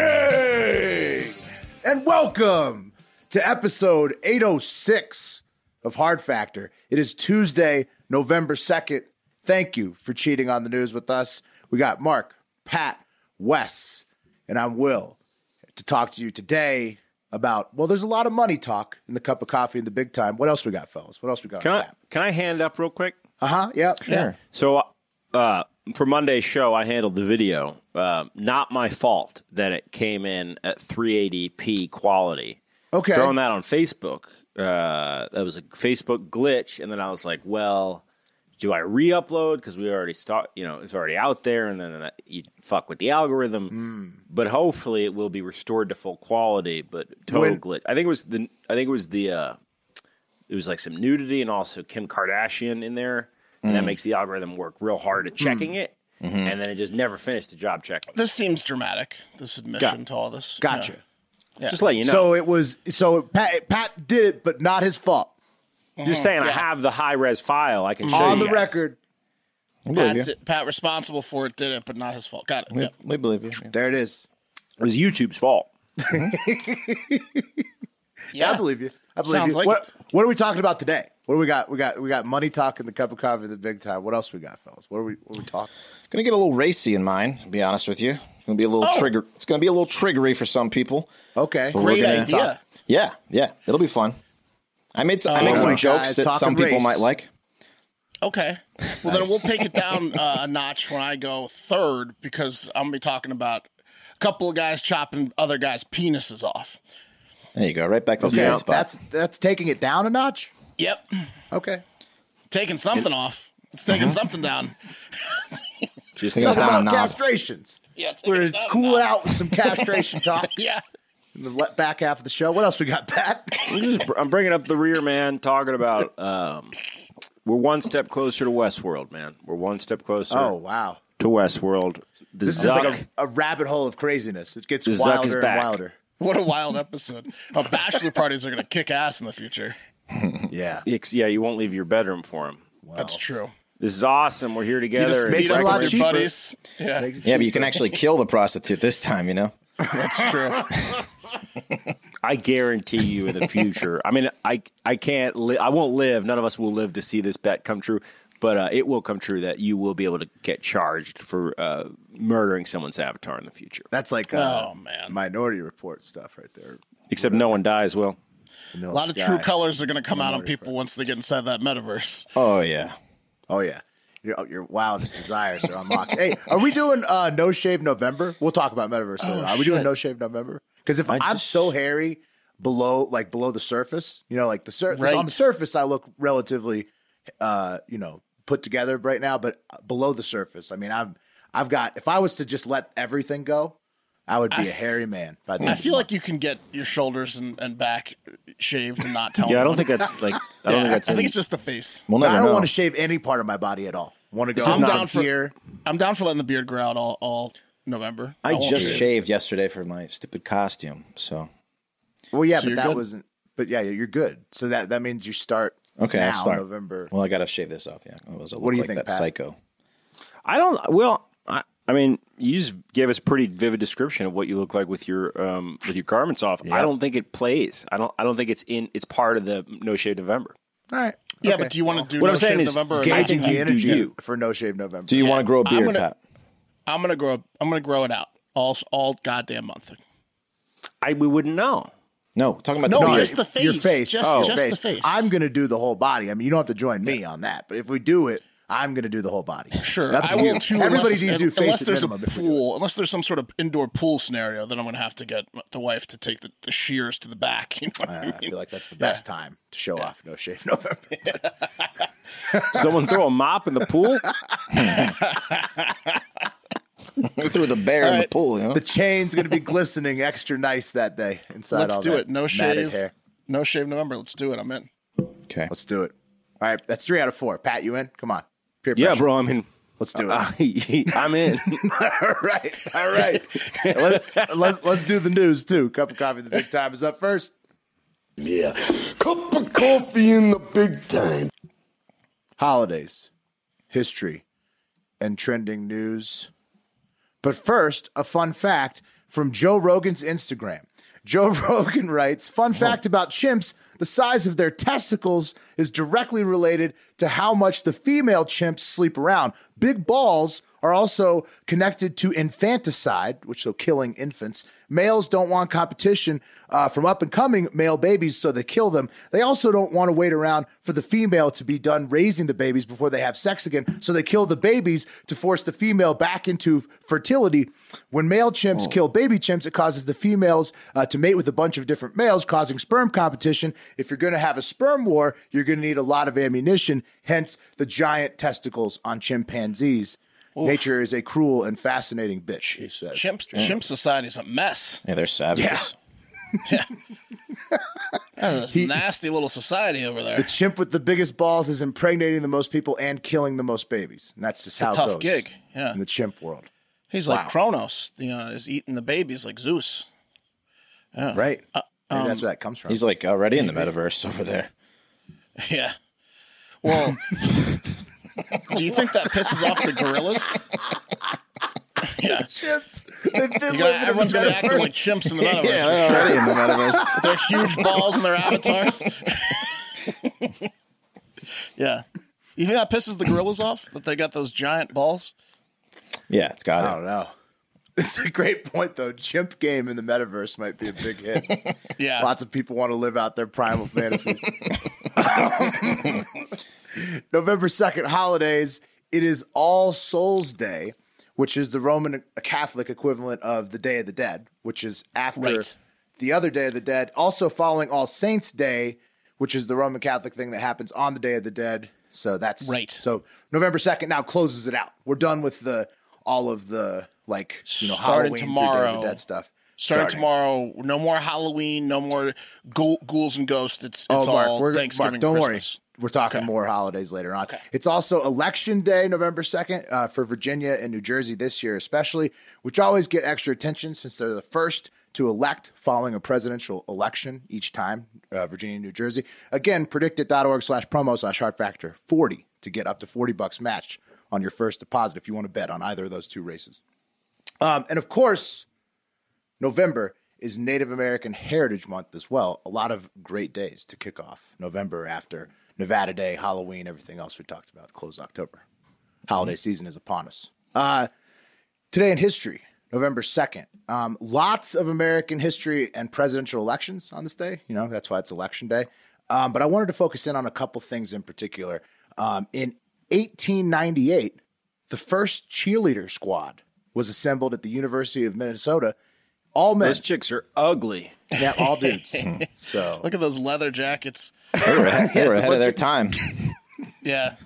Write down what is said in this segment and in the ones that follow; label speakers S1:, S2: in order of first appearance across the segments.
S1: morning and welcome to episode 806 of hard factor it is tuesday november 2nd thank you for cheating on the news with us we got mark pat wes and i'm will to talk to you today about well there's a lot of money talk in the cup of coffee in the big time what else we got fellas what else we got
S2: Can
S1: on
S2: I
S1: tap?
S2: can I hand up real quick?
S1: uh-huh yeah sure
S2: So uh, for Monday's show, I handled the video. Uh, not my fault that it came in at 380p quality.
S1: Okay.
S2: throwing that on Facebook. Uh, that was a Facebook glitch, and then I was like, well. Do I re-upload because we already start? You know, it's already out there, and then that- you fuck with the
S1: Hmm.
S2: algorithm. But hopefully, it will be restored to full quality. But total
S1: When-
S2: glitch. I think it was the. I think it was the. Uh, it was like some nudity and also Kim Kardashian in there. And
S1: Hmm.
S2: that makes the algorithm work real hard at checking it.
S1: Mm-hmm.
S2: And then it just never finished the job check.
S3: This seems dramatic. This admission to all this.
S1: gotcha
S2: Just let you know.
S1: so it was so pat, pat did it but not his fault
S2: just saying, I have the high res file. I can show
S1: Hmm. on
S2: you
S1: the
S2: guys.
S1: record
S3: Yeah. Pat, did- Pat responsible for it did it, but not his fault. Got it. Yeah.
S4: We believe you. Yeah.
S1: there it is
S2: It was YouTube's fault.
S1: I believe you. I believe
S3: Sounds
S1: you.
S3: like
S1: what, what are we talking about today? What do we got? We got we got money talking the cup of coffee the big time. What else we got, fellas? What are we what are we talking?
S4: Gonna get a little racy in mine. To be honest with you, it's gonna be a little
S1: Oh!
S4: trigger. It's gonna be a little triggery for some people.
S1: Okay.
S4: But we're
S3: Great
S4: gonna
S3: idea.
S4: talk- Yeah, yeah, it'll be fun. I made some, I make
S1: Oh,
S4: some
S1: guys,
S4: jokes that
S1: talking
S4: some people
S1: race.
S4: might like.
S3: Okay. Well, then we'll take it down uh, a notch when I go third because I'm gonna be talking about a couple of guys chopping other guys' penises off.
S4: There you go, right back to the
S1: Yeah,
S4: sweet spot.
S1: that's that's taking it down a notch.
S3: Yep.
S1: Okay.
S3: Taking something off. It's taking
S1: Uh-huh.
S3: something down.
S4: Just
S1: Talk about
S4: down a knob.
S1: castrations.
S3: Yeah. Take
S1: We're
S3: it
S1: gonna
S3: down a
S1: cool
S3: notch.
S1: out with some castration talk
S3: Yeah.
S1: in the le- back half of the show. What else we got, Pat?
S2: I'm, just, I'm bringing up the rear, man, talking about um, we're one step closer to Westworld, man. We're one step closer
S1: Oh wow.
S2: to Westworld. The
S1: This is
S2: Zuck,
S1: just like a, a rabbit hole of craziness. It gets
S2: The Zuck
S1: wilder
S2: is
S1: and
S2: back.
S1: wilder.
S3: What a wild episode. Uh, bachelor parties are gonna kick ass in the future.
S1: Yeah.
S2: it's- yeah, you won't leave your bedroom for him.
S3: That's true.
S2: This is awesome. We're here together.
S1: just
S2: It's
S1: makes it
S2: like
S1: a lot
S3: Your
S1: cheaper.
S3: buddies. Yeah.
S4: yeah, but you can actually kill the prostitute this time. You know,
S3: That's true.
S2: I guarantee you in the future. I mean, I I can't. Li- I won't live. None of us will live to see this bet come true. But uh, it will come true that you will be able to get charged for uh, murdering someone's avatar in the future.
S1: That's like uh,
S3: Oh, man.
S1: Minority Report stuff right there.
S2: Except no one dies. Will
S1: Vanilla
S3: A lot of
S1: Sky.
S3: true colors are going to come out on people once they get inside that metaverse.
S4: oh yeah,
S1: Oh yeah. Your, your wildest desires are unlocked. hey, are we doing uh, No Shave November? We'll talk about metaverse later. Are we doing No Shave November? Because if I am so hairy below, like below the surface, you know, like the surface
S3: Right.
S1: on the surface, I look relatively, uh, you know, put together right now. But below the surface, I mean, I've I've got. If I was to just let everything go, I would be a hairy man by the end.
S3: I
S1: of
S3: feel
S1: the
S3: like you can get your shoulders and, and back shaved and not tell.
S2: yeah, I don't think
S3: anyone.
S2: that's like. I don't
S3: Yeah,
S2: think that's.
S3: I think
S2: in-
S3: it's just the face.
S4: we'll
S1: month.
S4: never
S1: I don't
S4: know.
S1: want to shave any part of my body at all. Want to go?
S3: is
S1: I'm
S3: not-
S1: down for here.
S3: I'm down for letting the beard grow out all, all November.
S4: I
S3: won't
S4: just
S3: shave.
S4: shaved yesterday for my stupid costume. So
S1: Well, yeah, but
S3: you're
S1: that
S3: good?
S1: wasn't. But yeah, you're good. So that that means you start.
S4: okay,
S1: now,
S4: I'll start
S1: November.
S4: Well, I gotta shave this off. Yeah, otherwise I look
S1: do you
S4: like
S1: think,
S4: that
S1: Pat?
S4: psycho.
S2: I don't. Well, I, I mean, you just gave us a pretty vivid description of what you look like with your um, with your garments off. I don't think it plays. I don't. I don't think it's in. It's part of the No Shave November.
S1: All right.
S3: Yeah,
S1: Okay.
S3: but do you want to do
S2: What
S3: no
S2: I'm saying
S3: shave
S2: is
S3: November? or not?
S1: gauging
S2: I
S1: the
S2: think you
S1: energy
S2: do you.
S1: for No Shave November?
S4: Do you want to grow a
S3: I'm
S4: beard,
S3: gonna-
S4: Pat?
S3: I'm gonna grow. I'm gonna grow it out all all goddamn month.
S2: I we wouldn't know.
S4: No, talking about
S3: No,
S4: the
S1: No,
S4: beard.
S3: just the face.
S1: Your face.
S3: Just,
S1: your
S3: just the face.
S1: I'm going to do the whole body. I mean, you don't have to join me on that. But if we do it, I'm going to do the whole body.
S3: Sure,
S1: That's
S3: I
S1: you.
S3: will too.
S1: Everybody
S3: unless,
S1: needs to do face
S3: unless
S1: at
S3: there's a
S1: minimum if we do
S3: pool, unless there's some sort of indoor pool scenario, then I'm gonna have to get the wife to take the, the shears to the back. You know what I
S1: I
S3: mean?
S1: feel like that's the best time to show off no shave November.
S2: Someone throw a mop in the pool?
S4: We threw the bear in the
S3: right.
S4: pool, you know?
S1: uh, the chain's going to be glistening extra nice that day inside
S3: Let's
S1: all
S3: do
S1: that
S3: it. No
S1: matted
S3: shave.
S1: hair.
S3: No shave November. Let's do it. I'm in.
S4: Okay.
S1: Let's do it. All right, that's three out of four. Pat, you in? Come on. Peer
S2: Yeah,
S1: pressure.
S2: bro. Uh, I mean,
S1: Let's do it.
S2: I'm in.
S1: all right, all right. let, let, let's do the news too. Cup of coffee. The big time is up first.
S5: Yeah. Cup of coffee in the big time.
S1: holidays, history, and trending news. But first, a fun fact from Joe Rogan's Instagram. Joe Rogan writes Fun fact about chimps the size of their testicles is directly related to how much the female chimps sleep around. Big balls are also connected to infanticide, which so killing infants. Males don't want competition uh, from up and coming male babies, so they kill them. They also don't want to wait around for the female to be done raising the babies before they have sex again, so they kill the babies to force the female back into fertility. When male
S3: Oh.
S1: chimps kill baby chimps, it causes the females uh, to mate with a bunch of different males, causing sperm competition. If you're going to have a sperm war, you're going to need a lot of ammunition, hence the giant testicles on chimpanzees. Nature is a cruel and fascinating bitch, he says.
S3: Chimp Chimp society's a mess.
S4: Yeah, they're savages.
S3: It's a nasty little society over there.
S1: The chimp with the biggest balls is impregnating the most people and killing the most babies. And that's just how
S3: tough
S1: it goes.
S3: gig, yeah.
S1: In the chimp world.
S3: He's like Kronos. You know, is eating the babies like Zeus.
S1: Right.
S3: Uh,
S1: Maybe
S3: um,
S1: that's where that comes from.
S4: He's like already in the metaverse over there.
S3: Yeah. Well, do you think that pisses off the gorillas? Yeah.
S1: chimps. They've been living
S3: You got,
S1: in the
S3: everyone's gonna be acting
S1: metaverse.
S3: like chimps in the metaverse.
S4: Yeah, they're already in the metaverse.
S3: They're huge balls in their avatars. yeah. You think that pisses the gorillas off that they got those giant balls?
S4: Yeah, it's
S1: I
S4: got it.
S1: don't know. It's a great point though. Chimp game in the metaverse might be a big hit.
S3: Yeah.
S1: Lots of people want to live out their primal fantasies. November 2nd, holidays. It is All Souls Day, which is the Roman Catholic equivalent of the Day of the Dead, which is after
S3: Right.
S1: the other Day of the Dead. Also following All Saints Day, which is the Roman Catholic thing that happens on the Day of the Dead. So that's
S3: Right.
S1: So November 2nd now closes it out. We're done with the all of the like, you know,
S3: Starting
S1: Halloween through Day of
S3: tomorrow.
S1: the Dead stuff.
S3: Starting
S1: Starting.
S3: tomorrow, no more Halloween, no more ghoul, ghouls and ghosts. It's, it's
S1: Oh, Mark,
S3: all
S1: we're,
S3: Thanksgiving.
S1: Mark, don't
S3: Christmas.
S1: worry. We're talking more holidays later on. It's also election day, November 2nd, uh, for Virginia and New Jersey this year, especially, which always get extra attention since they're the first to elect following a presidential election each time, uh, Virginia and New Jersey. Again, predictit.org slash promo slash hard factor 40 to get up to 40 bucks matched on your first deposit if you want to bet on either of those two races. Um, and of course, November is Native American Heritage Month as well. A lot of great days to kick off November after Nevada Day, Halloween, everything else we talked about, close October. Holiday season is upon us. Uh, today in history, November 2nd, um, lots of American history and presidential elections on this day. You know, that's why it's election day. Um, but I wanted to focus in on a couple things in particular. Um, in 1898, the first cheerleader squad was assembled at the University of Minnesota. All men,
S2: Those chicks are ugly.
S1: yeah, all dudes. so
S3: Look at those leather jackets.
S4: They were, ahead- they were ahead
S1: bunch
S4: of their
S1: of-
S4: time.
S3: Yeah.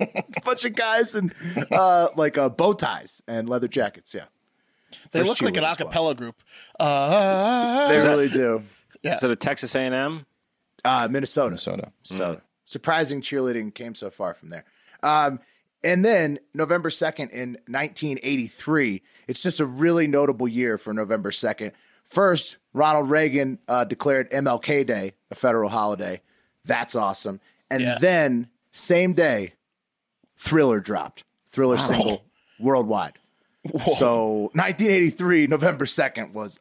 S1: a bunch of guys in uh, like uh, bow ties and leather jackets. Yeah,
S3: They
S1: First
S3: look like an
S1: cheerleader
S3: a
S1: squad.
S3: cappella group. Uh,
S1: They really do.
S2: Is it a Texas A&M?
S1: Uh, Minnesota.
S4: Minnesota.
S1: So surprising cheerleading came so far from there. Um, and then November 2nd in 1983, it's just a really notable year for November 2nd. First, Ronald Reagan uh, declared MLK Day a federal holiday. That's awesome. And
S3: Yeah.
S1: then, same day, Thriller dropped. Thriller single worldwide. So 1983, November 2nd was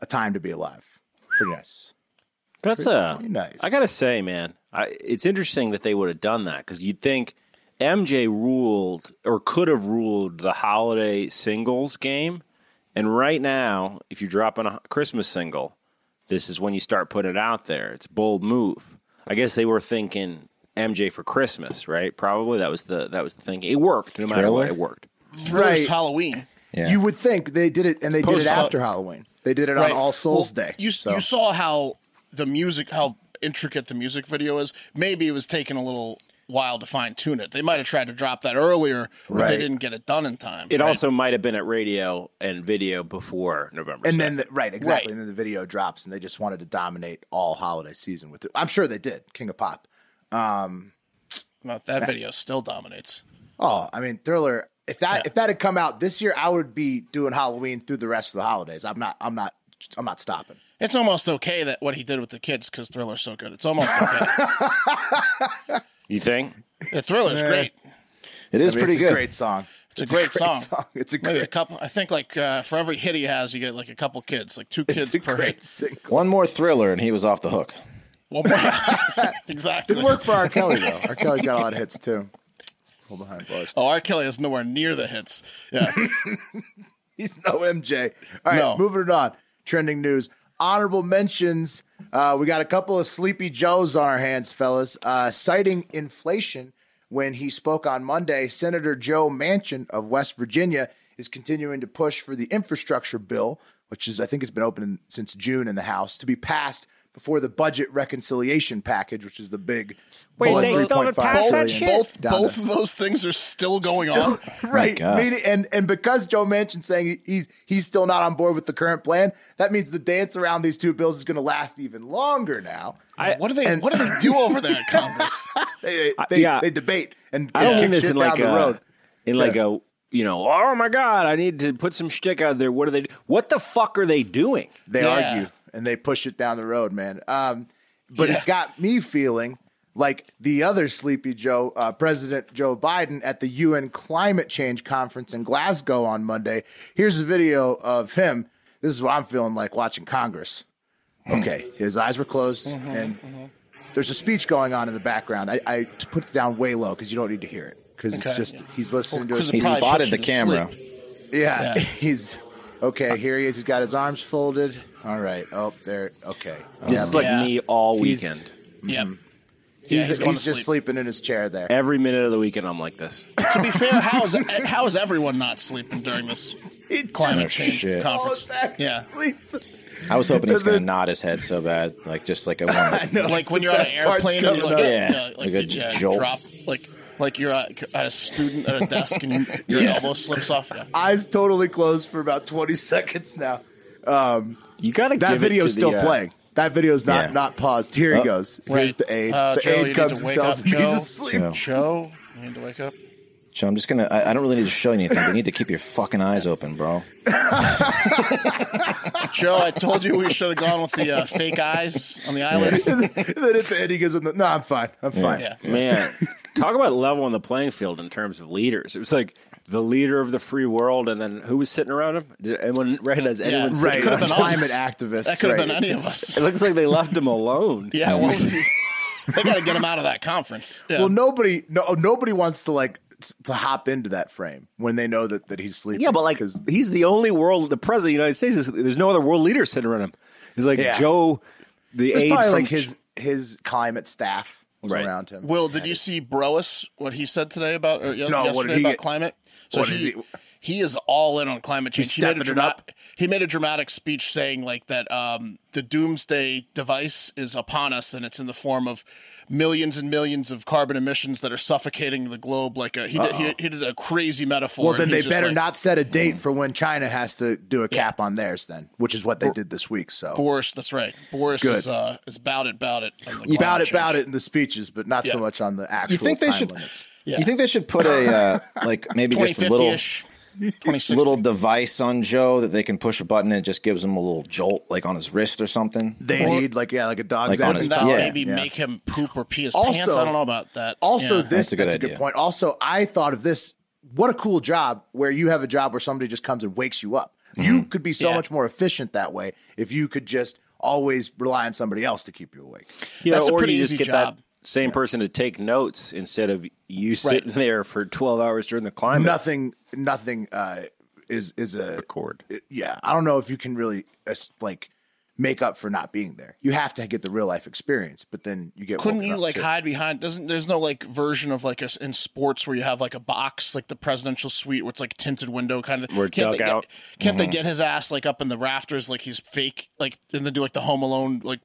S1: a time to be alive. Pretty nice.
S2: That's a
S1: pretty nice.
S2: I gotta say, man, I, it's interesting that they would have done that because you'd think MJ ruled or could have ruled the holiday singles game, and right now, if you're dropping a Christmas single, this is when you start putting it out there. It's a bold move. I guess they were thinking MJ for Christmas, right? Probably that was the that was the thing. It worked no matter what.
S4: Thriller?
S2: It worked.
S3: Right.
S1: Right.
S3: Halloween.
S4: Yeah.
S1: You would think they did it, and they did
S2: Post-
S1: it after Halloween. They did it
S3: Right.
S1: on All Souls
S3: Well,
S1: Day.
S3: You,
S1: so.
S3: you saw how the music, how intricate the music video is. Maybe it was taking a little while to fine tune it. They might have tried to drop that earlier, but they
S1: Right.
S3: didn't get it done in time.
S2: It
S3: right?
S2: also might have been at radio and video before November.
S1: and
S2: 7th.
S1: then the, right, exactly.
S3: Right.
S1: And then the video drops, and they just wanted to dominate all holiday season with it. I'm sure they did. King of Pop.
S3: Not that video still dominates.
S1: Oh, I mean, Thriller. If that if that had come out this year, I would be doing Halloween through the rest of the holidays. I'm not. I'm not. I'm not stopping.
S3: It's almost okay that what he did with the kids because Thriller's so good. It's almost okay.
S2: you think?
S3: the Thriller's great.
S4: It is
S1: I mean,
S4: pretty
S1: it's
S4: good.
S1: A great song.
S3: It's, a, great song.
S1: It's a
S3: Maybe a
S1: great.
S3: couple. I think like uh, for every hit he has, you get like a couple kids, like two
S1: It's
S3: kids
S1: a
S3: per
S1: great
S3: hit.
S1: single.
S4: One more thriller, and he was off the hook.
S3: One more. exactly.
S1: It worked for R. Kelly though. R. Kelly's got a lot of hits too. Still behind bars.
S3: Oh, R. Kelly is nowhere near the hits. Yeah.
S1: He's no MJ. All right,
S3: No.
S1: moving it on. Trending news. Honorable mentions. Uh, we got a couple of sleepy Joes on our hands, fellas. Uh, citing inflation when he spoke on Monday, Senator Joe Manchin of West Virginia is continuing to push for the infrastructure bill, which is, I think, has been open in, since June in the House, to be passed before the budget reconciliation package, which is the big.
S2: Wait,
S1: buzz
S2: they still haven't
S1: 3.5
S2: passed
S1: trillion
S2: that shit?
S3: both
S1: down
S3: both
S1: to-
S3: of those things are still going on.
S1: Still- right.
S4: God.
S1: Meaning- and and because Joe Manchin's saying he's he's still not on board with the current plan, that means the dance around these two bills is going to last even longer. Now
S3: what do they What do they do over there at Congress?
S1: they
S2: I-
S1: they,
S2: yeah.
S1: they debate and,
S2: I don't
S1: and
S2: mean
S1: kick
S2: this
S1: shit
S2: in
S1: down
S2: like
S1: the
S2: a
S1: road.
S2: in like a you know. Oh my god, I need to put some shtick out there. What are they? What the fuck are they doing?
S1: They
S3: Yeah.
S1: argue and they push it down the road, man. Um, but it's got me feeling like the other sleepy Joe, uh, President Joe Biden at the UN climate change conference in Glasgow on Monday. Here's a video of him. This is what I'm feeling like watching Congress.
S3: Hmm.
S1: Okay, his eyes were closed,
S3: Mm-hmm,
S1: and there's a speech going on in the background. I, I put it down way low because you don't need to hear it because
S3: Okay.
S1: it's just he's listening to
S3: 'Cause
S1: his
S3: it
S4: He
S3: Probably
S4: spotted
S3: puts
S4: the
S3: you to
S4: camera.
S3: sleep.
S1: yeah,
S3: Yeah. Uh,
S1: he's okay. Here he is. He's got his arms folded. All right. Oh, there. Okay.
S2: This is like
S3: Yeah.
S2: me all
S1: He's-
S2: weekend.
S3: Yeah.
S1: Mm-hmm. He's,
S3: he's
S1: he's,
S3: going to
S1: just
S3: sleep.
S1: sleeping in his chair there.
S2: Every minute of the weekend, I'm like this.
S3: to be fair, how is how is everyone not sleeping during this climate change
S4: shit.
S3: conference? Yeah.
S4: I was hoping he was
S1: And
S4: going to
S1: then-
S4: nod his head so bad, like just like a one. That,
S3: Like when you're on an
S1: best part's
S3: airplane, and you're
S1: coming
S3: like,
S4: up.
S3: yeah,
S4: Yeah,
S3: like,
S4: like
S3: you
S4: a
S3: j-
S4: jolt.
S3: drop, like like you're at, at a student at a desk and you, your
S1: Yes.
S3: elbow slips off. Yeah.
S1: Eyes totally closed for about 20 seconds now.
S2: You gotta
S1: That
S2: give
S1: video's
S2: it to
S1: still
S2: the, uh,
S1: playing. That video's not
S4: Yeah.
S1: not paused. Here he goes. Here's
S3: Right.
S1: the aide.
S3: Oh, Uh,
S1: the
S3: Joe, you
S1: aide
S3: need to
S1: comes and
S3: wake
S1: tells
S3: up,
S1: him he's
S3: Joe.
S1: asleep.
S4: Yeah.
S3: Joe, you need to wake up.
S4: Joe, I'm just going to. I don't really need to show you anything. but You need to keep your fucking eyes open, bro.
S3: Joe, I told you we should have gone with the uh, fake eyes on the eyelids.
S1: and then at the end he gives him the, no, I'm fine. I'm fine.
S3: Yeah.
S2: Man, talk about level on the playing field in terms of leaders. It was like the leader of the free world, and then who was sitting around him? Did anyone recognize anyone?
S3: Yeah.
S2: Sitting
S1: Right.
S3: Could've
S1: a
S3: been us.
S1: Climate activist.
S3: That could have
S1: right.
S3: been any of us.
S2: It looks like they left him alone.
S3: Yeah, well, they got to get him out of that conference. Yeah.
S1: Well, nobody, no, oh, nobody wants to like s- to hop into that frame when they know that that he's sleeping.
S2: Yeah, but like
S1: 'Cause-
S2: he's the only world, the president of the United States. Is, there's no other world leader sitting around him. He's like
S1: Yeah.
S2: Joe, the
S1: it's
S2: aide
S1: probably
S2: from
S1: like his his climate staff was
S2: Right.
S1: around him.
S3: Will, did you see Brois what he said today about or ye-
S1: No, what
S3: yesterday
S1: did he
S3: about
S1: get-
S3: climate? So
S1: what
S3: he,
S1: is
S3: he
S1: he-
S3: is all in on climate change. He made, a
S1: stepping it
S3: drama-
S1: up?
S3: he made a dramatic speech saying like that um, the doomsday device is upon us and it's in the form of millions and millions of carbon emissions that are suffocating the globe. Like a, he, did, he, he did a crazy metaphor.
S1: Well,
S3: and
S1: then
S3: he
S1: they
S3: was just
S1: better
S3: like, mm-hmm.
S1: not set a date for when China has to do a cap on theirs, then, which is what they did this week. So
S3: Boris, that's right. Boris
S1: Good.
S3: is uh, is about it, about it. on the
S1: about
S3: climate
S1: it, about
S3: change.
S1: it in the speeches, but not so
S3: Yeah.
S1: much on the actual.
S4: You think they
S1: time
S4: should?
S1: limits.
S3: Yeah.
S4: You think they should put a uh, like maybe just a little
S3: 2050-ish, 2060.
S4: little device on Joe that they can push a button and it just gives him a little jolt, like on his wrist or something.
S1: They need like yeah, like a dog's
S4: Like on
S1: ass
S4: his
S3: And that'll
S4: Yeah.
S3: maybe
S1: Yeah.
S3: make him poop or pee his
S1: Also-
S3: pants. I don't know about that.
S1: Also,
S3: Yeah.
S1: this
S4: That's a good
S1: that's a good
S4: idea.
S1: point. Also, I thought of this. What a cool job where you have a job where somebody just comes and wakes you up.
S4: Mm-hmm.
S1: You could be so
S3: Yeah.
S1: much more efficient that way if you could just always rely on somebody else to keep you awake.
S2: Yeah,
S3: That's a
S2: or
S3: pretty
S2: you just
S3: easy
S2: get
S3: job.
S2: that same person to take notes instead of you sitting there for 12 hours during the climate.
S1: Nothing, nothing uh, is is a
S2: Record.
S1: yeah. I don't know if you can really uh, like make up for not being there. You have to get the real life experience, but then you get
S3: Couldn't
S1: woken
S3: you
S1: up
S3: like
S1: to.
S3: hide behind? Doesn't there's no like version of like a, in sports where you have like a box like the presidential suite where it's like tinted window kind of.
S2: Where
S3: can't they
S2: dugout.
S3: Get, can't
S2: Mm-hmm.
S3: they get his ass like up in the rafters like he's fake like and then do like the Home Alone like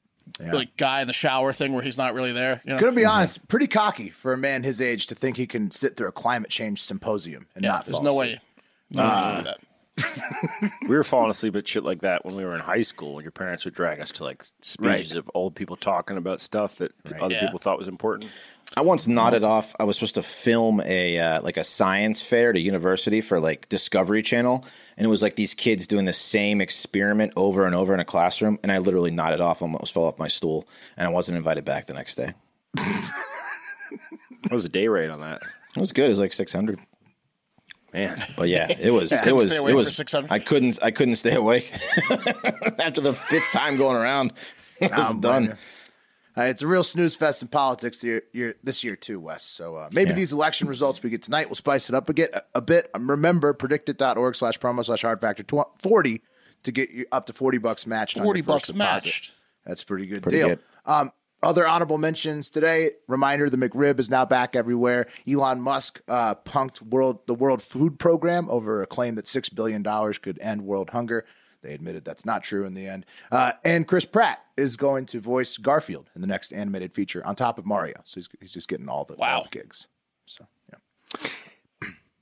S3: like guy in the shower thing where he's not really there. You know?
S1: Gonna be
S4: Mm-hmm.
S1: honest, pretty cocky for a man his age to think he can sit through a climate change symposium and
S3: Yeah,
S1: not.
S3: there's
S1: fall
S3: no
S1: asleep.
S3: way. No way
S2: Uh.
S3: you do that.
S2: We were falling asleep at shit like that when we were in high school, and your parents would drag us to like speeches of old people talking about stuff that other
S3: Yeah.
S2: people thought was important.
S4: I
S3: Mm-hmm.
S4: once nodded off. I was supposed to film a uh, like a science fair at a university for like Discovery Channel, and it was like these kids doing the same experiment over and over in a classroom. And I literally nodded off, almost fell off my stool, and I wasn't invited back the next day.
S2: What was the day rate on that?
S4: It was good. It was like six hundred,
S2: Man,
S4: but yeah, it was it
S3: Couldn't
S4: was
S3: stay awake
S4: it
S3: for
S4: was
S3: 600?
S4: I couldn't I couldn't stay awake after the fifth time going around. I was
S1: don't blame
S4: done.
S1: you. Uh, it's a real snooze fest in politics year, year, this year too, Wes. So uh, maybe these election results we get tonight will spice it up a, get, a, bit. Um, remember, predictit.org slash promo slash hard factor tw- 40 to get you up to 40 bucks matched. on your
S3: 40
S1: first
S3: bucks
S1: deposit.
S3: matched.
S1: That's a pretty good deal.
S4: good.
S1: Um, other honorable mentions today. Reminder: the McRib is now back everywhere. Elon Musk uh, punked world the World Food Program over a claim that six billion dollars could end world hunger. They admitted that's not true in the end. Uh, and Chris Pratt is going to voice Garfield in the next animated feature on top of Mario. So he's, he's just getting all the
S3: Wow.
S1: all the gigs. So yeah,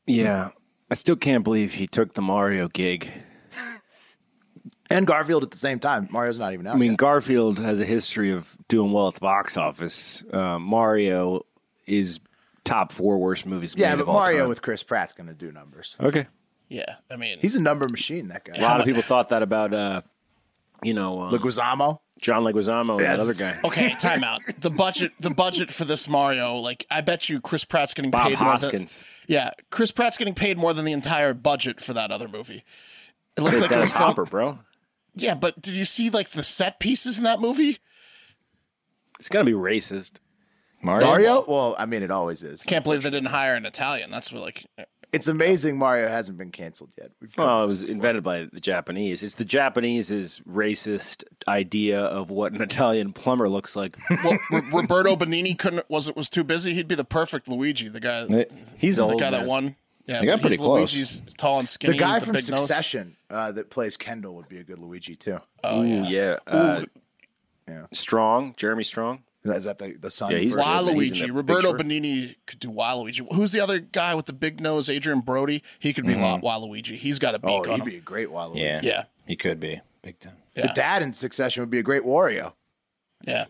S2: yeah, I still can't believe he took the Mario gig.
S1: and Garfield at the same time. Mario's not even out.
S2: I mean,
S1: yet.
S2: Garfield has a history of doing well at the box office. Uh, Mario is top four worst movies.
S1: yeah,
S2: made
S1: but
S2: of all
S1: Mario
S2: time.
S1: with Chris Pratt's going to do numbers.
S2: okay.
S3: Yeah, I mean,
S1: He's a number machine. That guy.
S2: A lot of people thought that about, uh, you know, uh,
S1: Leguizamo.
S2: John Leguizamo and
S1: Yeah,
S2: that other
S1: that's-
S2: guy.
S3: okay, timeout. the budget, the budget for this Mario, like I bet you Chris Pratt's getting
S2: Bob
S3: paid more than,
S2: Hoskins.
S3: Yeah, Chris Pratt's getting paid more than the entire budget for that other movie. It looks like it
S2: Dennis
S3: was filmed-
S2: Hopper, bro.
S3: Yeah, but did you see like the set pieces in that movie?
S2: It's gonna be racist.
S4: Mario,
S1: Mario? Well, I mean, it always is.
S3: Can't believe they didn't hire an Italian. That's what like
S1: It's amazing Mario hasn't been canceled yet. We've got
S2: Well, Oh, it was invented by the Japanese. It's the Japanese's racist idea of what an Italian plumber looks like.
S3: well, R- Roberto Benini couldn't was was too busy. He'd be the perfect Luigi, the guy
S4: They-
S2: He's
S3: the
S2: old.
S3: guy that
S2: man.
S3: won. Yeah,
S4: They got
S3: but
S4: pretty
S3: he's
S4: close.
S3: Luigi's tall and skinny.
S1: the guy
S3: with the
S1: from
S3: big nose.
S1: Succession uh, that plays Kendall would be a good Luigi too.
S3: Oh.
S2: Ooh, yeah. Uh,
S1: Yeah.
S2: Strong, Jeremy Strong.
S1: Is that the, the son?
S2: Yeah, he's
S1: for-
S2: wild. He's in
S3: Waluigi.
S2: the
S3: Roberto
S2: picture.
S3: Benini could do Waluigi. Who's the other guy with the big nose? Adrian Brody. He could be Wa- Waluigi. He's got a beak
S1: oh,
S3: on
S1: he'd
S3: him.
S1: be a great Waluigi.
S4: yeah,
S3: Yeah.
S4: he could be big time.
S1: The dad in Succession would be a great Wario.
S3: Yeah.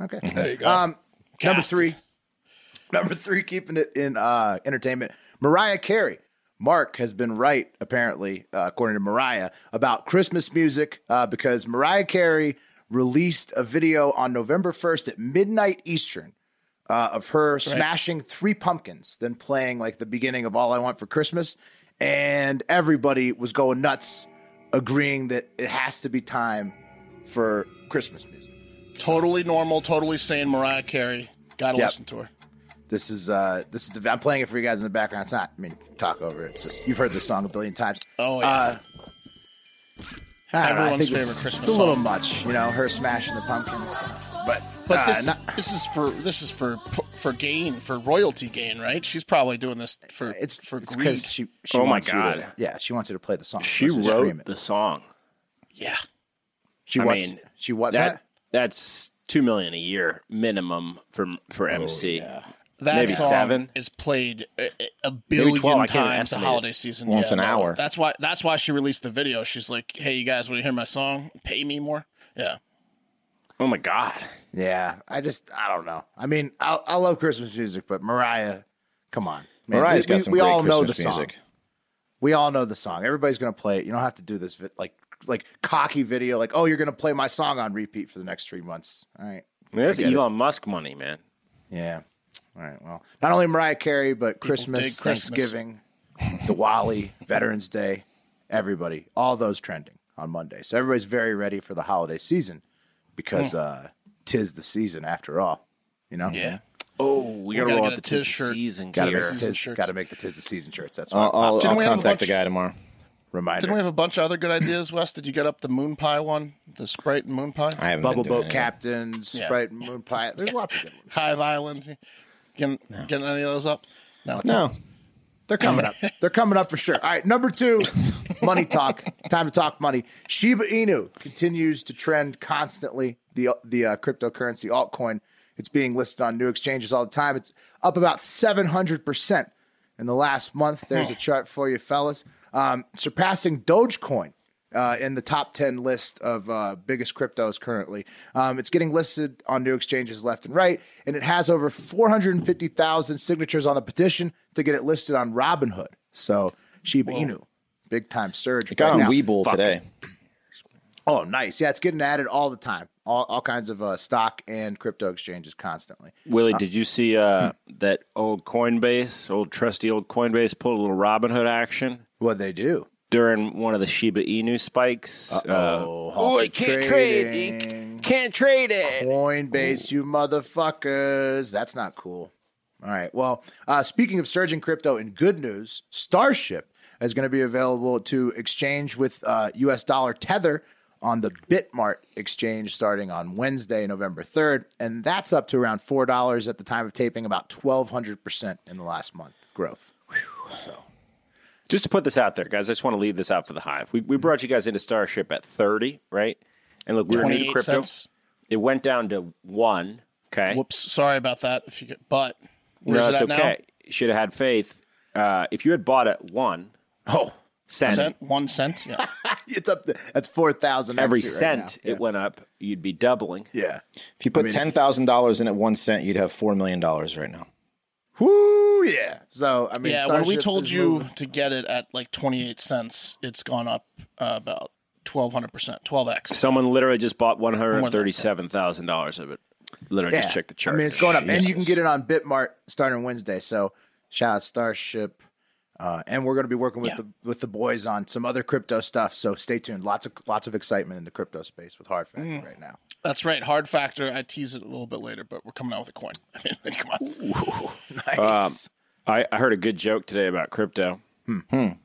S1: Okay, there you go. Um, number
S3: Cast.
S1: three, number three, keeping it in uh, entertainment. Mariah Carey. Mark has been right, apparently, uh, according to Mariah, about Christmas music uh, because Mariah Carey released a video on November 1st at midnight Eastern uh, of her smashing three pumpkins, then playing like the beginning of All I Want for Christmas. And everybody was going nuts, agreeing that it has to be time for Christmas music.
S3: Totally normal, totally sane Mariah Carey. Gotta
S1: Yep.
S3: listen to her.
S1: This is uh this is the, I'm playing it for you guys in the background. It's not I mean talk over it. It's just you've heard this song a billion times.
S3: Oh, yeah.
S1: Uh, I don't know, I
S3: Everyone's
S1: think it's-
S3: favorite Christmas
S1: It's a little
S3: song.
S1: much, you know, her smashing the pumpkins. But
S3: But
S1: uh,
S3: this
S1: not-
S3: this is for this is for for gain, for royalty gain, right? She's probably doing this for
S1: it's
S3: for
S1: it's
S3: greed.
S1: because she, she
S2: Oh, my
S1: wants you to-
S2: God.
S1: yeah, she wants you to play the song.
S2: She
S1: wants you to stream
S2: wrote
S1: it.
S2: the song.
S3: yeah.
S1: She
S2: I
S1: wants
S2: mean,
S1: she what
S2: That,
S1: Uh, that
S2: that's two million a year minimum for for MC.
S3: That
S2: Maybe
S3: song
S2: seven.
S3: is played a, a billion
S2: 12, I can't even
S3: times the
S2: estimate
S3: holiday season.
S4: Once an hour.
S3: That's why that's why she released the video. She's like, "Hey, you guys want to hear my song? Pay me more." Yeah.
S2: Oh my god.
S1: Yeah, I just I don't know. I mean, I I love Christmas music, but Mariah, come on. Man,
S4: Mariah's
S1: we,
S4: got
S1: we-
S4: some
S1: we
S4: great
S1: all know
S4: Christmas
S1: the song.
S4: music.
S1: We all know the song. Everybody's gonna play it. You don't have to do this vi- like like cocky video, like oh you're gonna play my song on repeat for the next three months. All right.
S2: I mean, that's
S1: I get
S2: Elon Musk money, man.
S1: Yeah. All right. Well, not only Mariah Carey, but Christmas,
S3: dig Christmas.
S1: Thanksgiving, Diwali, Veterans Day, everybody, all those trending on Monday. So everybody's very ready for the holiday season because uh, tis the season after all. You know.
S3: Hmm. Yeah.
S2: Oh, we gotta,
S3: gotta
S2: roll
S3: get
S2: out
S3: a
S2: the
S3: tis
S2: tis
S3: shirt.
S2: season
S1: Gotta
S2: gear.
S1: make, the tis,
S3: shirts.
S1: gotta make the tis the season shirts. That's why.
S4: I'll, I'll,
S3: Didn't
S4: I'll
S3: we have a
S4: contact the
S3: bunch-
S4: guy tomorrow.
S1: Reminder.
S3: Uh, Didn't we have a bunch of other good ideas, Wes? Did you get up the moon pie one? The Sprite and moon pie?
S4: I haven't been
S1: Bubble
S4: doing
S1: Boat
S4: it.
S1: Captains,
S3: Yeah.
S1: Sprite and Moon Pie. There's lots of good ones.
S3: Hive Island. Getting, getting any of those up? No. it's
S4: No,
S1: They're coming up. They're coming up for sure. All right, number two, money talk. Time to talk money. Shiba Inu continues to trend constantly. The the uh, cryptocurrency altcoin. It's being listed on new exchanges all the time. It's up about seven hundred percent in the last month. There's a chart for you, fellas. Um, surpassing Dogecoin uh, in the top 10 list of uh, biggest cryptos currently. Um, it's getting listed on new exchanges left and right, and it has over 450,000 signatures on the petition to get it listed on Robinhood. So Shiba Inu, big time surge.
S4: it got
S1: right
S4: on
S1: now.
S4: Webull today.
S1: Oh, nice. Yeah, it's getting added all the time. All, all kinds of uh, stock and crypto exchanges constantly.
S2: Willie, did you see uh, that old Coinbase, old trusty old Coinbase, pulled a little Robin Hood action
S1: What they do?
S2: during one of the Shiba Inu spikes?
S4: Uh,
S1: Uh-oh,
S2: oh, I
S1: halted
S2: can't
S1: trading.
S2: trade it. Can't trade it.
S1: Coinbase, you motherfuckers. That's not cool. All right. Well, uh, speaking of surging crypto and good news, Starship is going to be available to exchange with uh, US dollar Tether on the Bitmart exchange starting on Wednesday, November 3rd. And that's up to around $4 at the time of taping, about 1,200% in the last month growth.
S2: Just to put this out there, guys, I just want to leave this out for the hive. We, we brought you guys into Starship at 30, right? And look, we we're new to
S3: 28
S2: crypto.
S3: cents.
S2: It went down to one. Okay.
S3: Whoops. Sorry about that. If you get, But
S2: No,
S3: where's it
S2: it's
S3: at
S2: okay. You Should have had faith. Uh, if you had bought at one
S1: Oh,
S3: now?
S2: cent,
S3: Cent, one cent. Yeah.
S1: it's up to that's 4,000
S2: every
S1: actually right
S2: cent
S1: now.
S2: it went up, you'd be doubling.
S1: Yeah.
S4: If you put ten thousand dollars in at one cent, you'd have four million dollars right now.
S1: Woo, yeah. So, I mean,
S3: yeah. When we
S1: Starship
S3: told
S1: is
S3: you
S1: moving.
S3: to get it at like 28 cents, it's gone up uh, about 1,200%, 12x.
S2: Someone literally just bought one hundred thirty-seven thousand dollars of it. Literally, just check the chart.
S1: I mean, it's going up, and you can get it on Bitmart starting Wednesday. So shout out Starship, uh, and we're going to be working with
S3: Yeah.
S1: the with the boys on some other crypto stuff. So stay tuned. Lots of lots of excitement in the crypto space with Hard Factor right now.
S3: That's right. Hard factor. I tease it a little bit later, but we're coming out with a coin. I mean, come on.
S1: Nice.
S2: I, I heard a good joke today about crypto.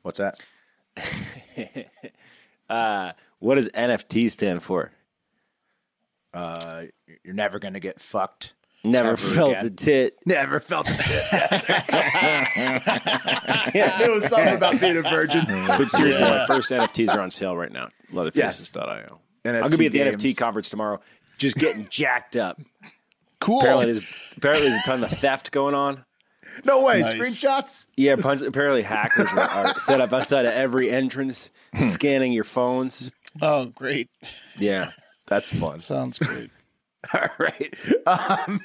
S1: What's that?
S2: What does NFT stand for?
S1: Uh, you're never going to get fucked.
S2: Never
S1: Never
S2: felt
S1: again.
S2: a tit.
S1: Never felt it. it was something about being a virgin.
S2: But seriously, my first NFTs are on sale right now. Leatherfaces.io. I'm gonna be at the
S1: games.
S2: NFT conference tomorrow, just getting jacked up.
S3: Cool.
S2: Apparently, there's apparently there's a ton of theft going on.
S1: No way.
S3: Nice.
S1: Screenshots.
S2: Yeah, puns- apparently hackers are, are set up outside of every entrance,
S1: Hmm.
S2: scanning your phones.
S3: Oh, great.
S2: Yeah,
S1: That's fun.
S3: Sounds great.
S1: All right. Um,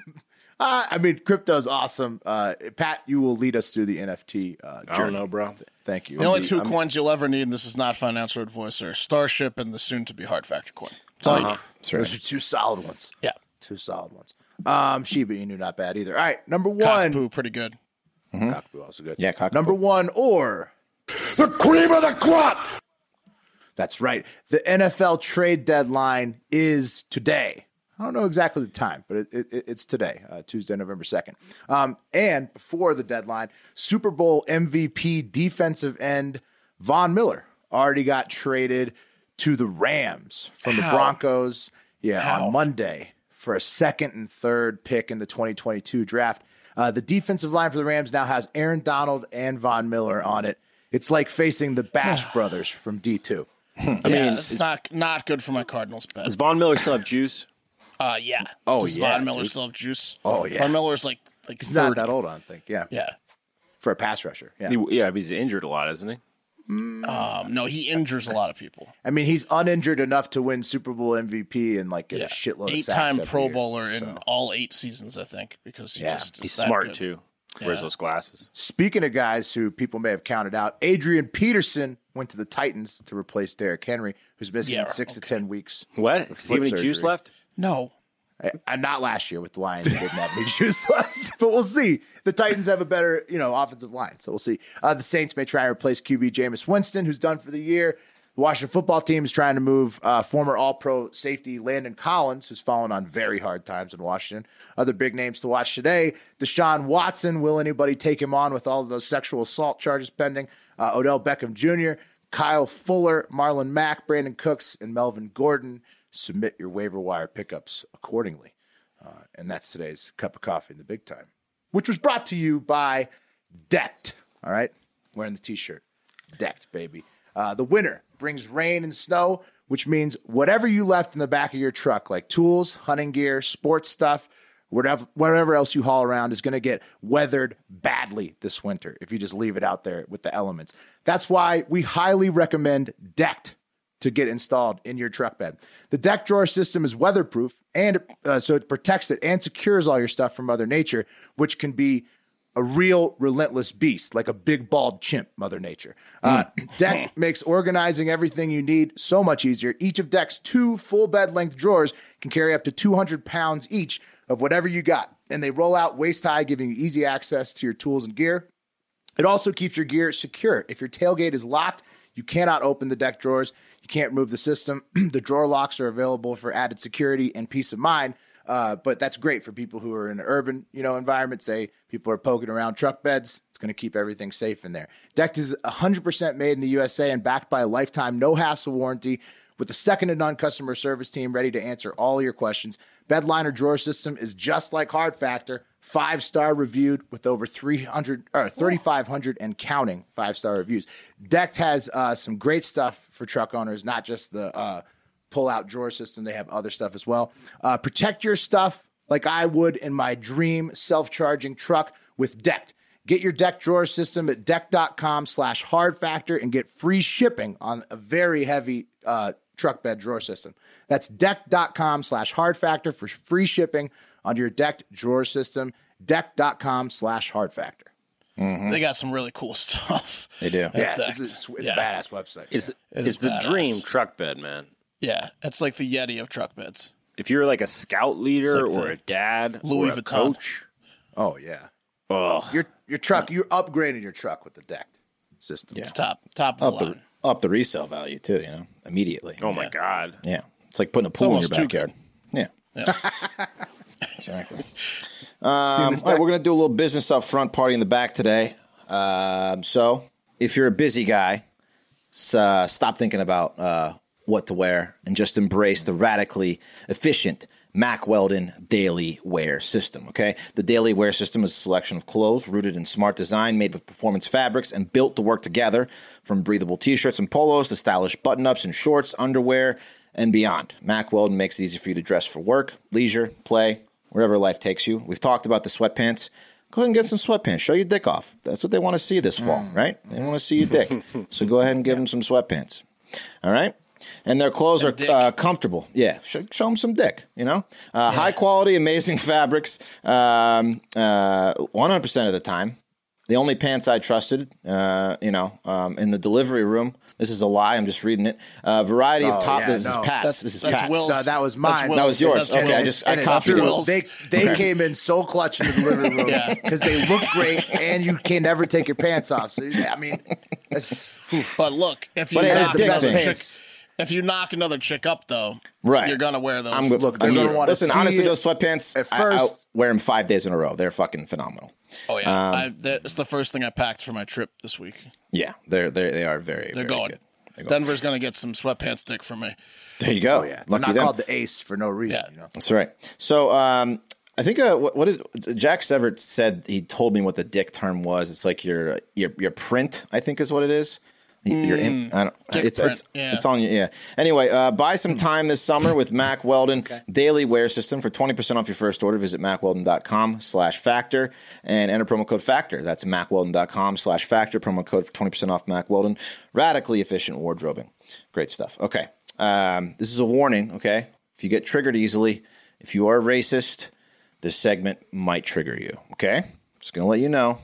S1: uh, I mean, crypto's awesome. Uh, Pat, you will lead us through the NFT uh, journey.
S2: I don't know, bro.
S1: Thank you.
S3: The only 2 coins you'll ever need, and this is not financial advice, are Starship and the soon to be Hard Factor coin. That's all you
S2: Uh-huh.
S3: need.
S4: That's right.
S1: Those are two solid ones.
S3: Yeah.
S1: Two solid ones. Um, Shiba Inu, not bad either. All right, number
S3: Cock
S1: one.
S3: poo, pretty good.
S1: Cockapoo, also good.
S4: Yeah, cockapoo.
S1: Number one, or
S6: The cream of the crop.
S1: that's right. The NFL trade deadline is today. I don't know exactly the time, but it, it, it's today, uh, Tuesday, November 2nd. Um, and before the deadline, Super Bowl MVP defensive end Von Miller already got traded to the Rams from the Broncos. Yeah, on Monday for a second and third pick in the 2022 draft. Uh, the defensive line for the Rams now has Aaron Donald and Von Miller on it. It's like facing the Bash brothers from D2.
S3: I mean, it's not not good for my Cardinals bet.
S2: Does Von Miller still have juice?
S3: Uh, yeah. Oh, Does
S1: yeah,
S3: Von Miller still have juice?
S1: Oh, yeah.
S3: Von Miller's like like
S1: He's not
S3: 30.
S1: that old, I don't think. Yeah.
S3: Yeah.
S1: For a pass rusher. Yeah.
S2: He- yeah, he's injured a lot, isn't he?
S3: Um, no, he injures a lot of people.
S1: I mean, he's uninjured enough to win Super Bowl MVP and like get
S3: Yeah.
S1: a shitload of sacks.
S3: Eight-time
S1: every
S3: Pro
S1: year.
S3: Bowler in all eight seasons, I think, because he
S1: Yeah.
S3: just is
S2: He's
S3: that
S2: smart
S3: good.
S2: too. Wears those glasses.
S1: Speaking of guys who people may have counted out, Adrian Peterson went to the Titans to replace Derrick Henry, who's missing
S3: Yeah,
S1: six to 10 weeks.
S2: What? Does he have
S1: foot
S2: any juice
S1: surgery.
S2: left?
S3: No,
S1: Uh, not last year with the Lions. They didn't have any juice left, but we'll see. The Titans have a better, you know, offensive line, so we'll see. Uh, the Saints may try to replace QB Jameis Winston, who's done for the year. The Washington football team is trying to move uh, former All-Pro safety Landon Collins, who's fallen on very hard times in Washington. Other big names to watch today: Deshaun Watson. Will anybody take him on with all of those sexual assault charges pending? Uh, Odell Beckham Jr. Kyle Fuller, Marlon Mack, Brandon Cooks, and Melvin Gordon. Submit your waiver wire pickups accordingly. Uh, and that's today's cup of coffee in the big time, which was brought to you by Decked. All right, wearing the T-shirt, Decked, baby. Uh, the winter brings rain and snow, which means whatever you left in the back of your truck, like tools, hunting gear, sports stuff, whatever whatever else you haul around is going to get weathered badly this winter if you just leave it out there with the elements. That's why we highly recommend Decked to get installed in your truck bed. The deck drawer system is weatherproof and uh, so it protects it and secures all your stuff from mother nature, which can be a real relentless beast, like a big bald chimp, Mother Nature. Uh, Decked makes organizing everything you need so much easier. Each of Deck's two full bed length drawers can carry up to 200 pounds each of whatever you got, and they roll out waist high, giving you easy access to your tools and gear. It also keeps your gear secure. If your tailgate is locked, you cannot open the deck drawers. You can't move the system. the drawer locks are available for added security and peace of mind. Uh, but that's great for people who are in an urban, you know, environment. Say people are poking around truck beds. It's going to keep everything safe in there. Decked is 100% made in the USA and backed by a lifetime no hassle warranty with a second to none customer service team ready to answer all your questions. Bedliner drawer system is just like Hard Factor, five star reviewed with over 300 or 3,500 and counting five star reviews. Decked has uh, some great stuff for truck owners, not just the uh, pull out drawer system. They have other stuff as well. Uh, protect your stuff like I would in my dream self charging truck with Decked. Get your deck drawer system at deck.com slash hard factor and get free shipping on a very heavy uh, truck bed drawer system. That's deck.com slash hard factor for free shipping on your decked drawer system. Deck.com slash hard factor.
S3: They got some really cool stuff.
S4: They do.
S3: at
S1: Mm-hmm. Yeah,
S3: Decked.
S1: this is, it's
S3: Yeah.
S1: a badass website.
S2: It's,
S3: It
S2: it's
S3: is
S2: the
S3: badass.
S2: dream truck bed, man.
S3: Yeah, it's like the Yeti of truck beds.
S2: If you're like a scout leader
S3: It's like
S2: or
S3: the
S2: a dad
S3: Louis
S2: or a
S3: Vuitton.
S2: coach,
S1: oh, yeah.
S2: oh,
S1: Your, your truck, you upgraded your truck with the decked system.
S3: It's top top of
S4: Up
S3: the
S4: the
S3: line.
S4: up the resale value too. You know, immediately.
S2: oh my god,
S4: Yeah, it's like putting a pool in
S3: almost
S4: your
S3: too
S4: backyard. Yeah.
S3: Yeah.
S4: exactly. Um, all right, we're going to do a little business up front, party in the back today. Um, so, if you're a busy guy, s- uh, stop thinking about uh, what to wear and just embrace the radically efficient Mack Weldon Daily Wear System. Okay, the Daily Wear System is a selection of clothes rooted in smart design, made with performance fabrics, and built to work together. From breathable T-shirts and polos to stylish button-ups and shorts, underwear, and beyond, Mack Weldon makes it easy for you to dress for work, leisure, play, wherever life takes you. We've talked about the sweatpants. Go ahead and get some sweatpants. Show your dick off. That's what they want to see this fall,
S1: Mm.
S4: right? They want to see your dick. so go ahead and give them some sweatpants. All right? And their clothes are uh, comfortable. Yeah, show, show them some dick, you know? Uh, High quality, amazing fabrics um, uh, 100% of the time. The only pants I trusted, uh, you know, um, in the delivery room. This is a lie. I'm just reading it. Uh, variety of
S1: Oh,
S4: top.
S1: yeah,
S4: this
S1: no.
S4: is Pat's.
S3: That's-
S4: this is
S3: that's
S4: Pat's.
S3: Will's.
S1: No, that was
S3: That's
S1: mine.
S3: Will's.
S4: That was yours.
S3: That's
S4: Okay, I
S3: Will's.
S4: just-
S1: and it's
S4: copied
S1: true.
S3: it.
S1: They they came in so clutch in the delivery room
S3: Yeah.
S1: because they look great and you can never take your pants off. So I mean, that's,
S3: But look, if you
S4: But it has
S3: knock
S4: dick
S3: another chick,
S1: things.
S3: if you knock another chick up though,
S4: Right.
S3: you're gonna wear those.
S4: I'm
S3: look,
S1: Look, they're gonna wanna
S4: listen.
S1: see
S4: Honestly,
S1: it
S4: those sweatpants.
S1: at
S4: I- I,
S1: first.
S4: wear them five days in a row. They're fucking phenomenal.
S3: oh yeah,
S4: Um,
S3: I, that's the first thing I packed for my trip this week.
S4: Yeah, they're they they are very.
S3: They're
S4: very
S3: going.
S4: Good. They're going.
S3: Denver's gonna get some sweatpants dick for me.
S4: There you go.
S1: oh yeah, they're
S4: lucky
S1: not
S4: them.
S1: called the ace for no reason.
S3: Yeah.
S1: You know,
S4: That's right. So um, I think uh, what, what did Jack Severt said? He told me what the dick term was. It's like your your your print. I think is what it is. Your
S1: Mm.
S4: imp- I don't,
S3: Dick
S4: it's
S3: print,
S4: it's
S3: yeah.
S4: it's on you. Yeah. Anyway, uh, buy some time this summer with Mac Weldon Daily Wear System for twenty percent off your first order. Visit macweldon.com slash factor and enter promo code factor. That's macweldon.com slash factor. Promo code for twenty percent off Mac Weldon. Radically efficient wardrobing. Great stuff. Okay. Um, this is a warning. Okay. If you get triggered easily, if you are racist, this segment might trigger you. Okay. Just gonna let you know.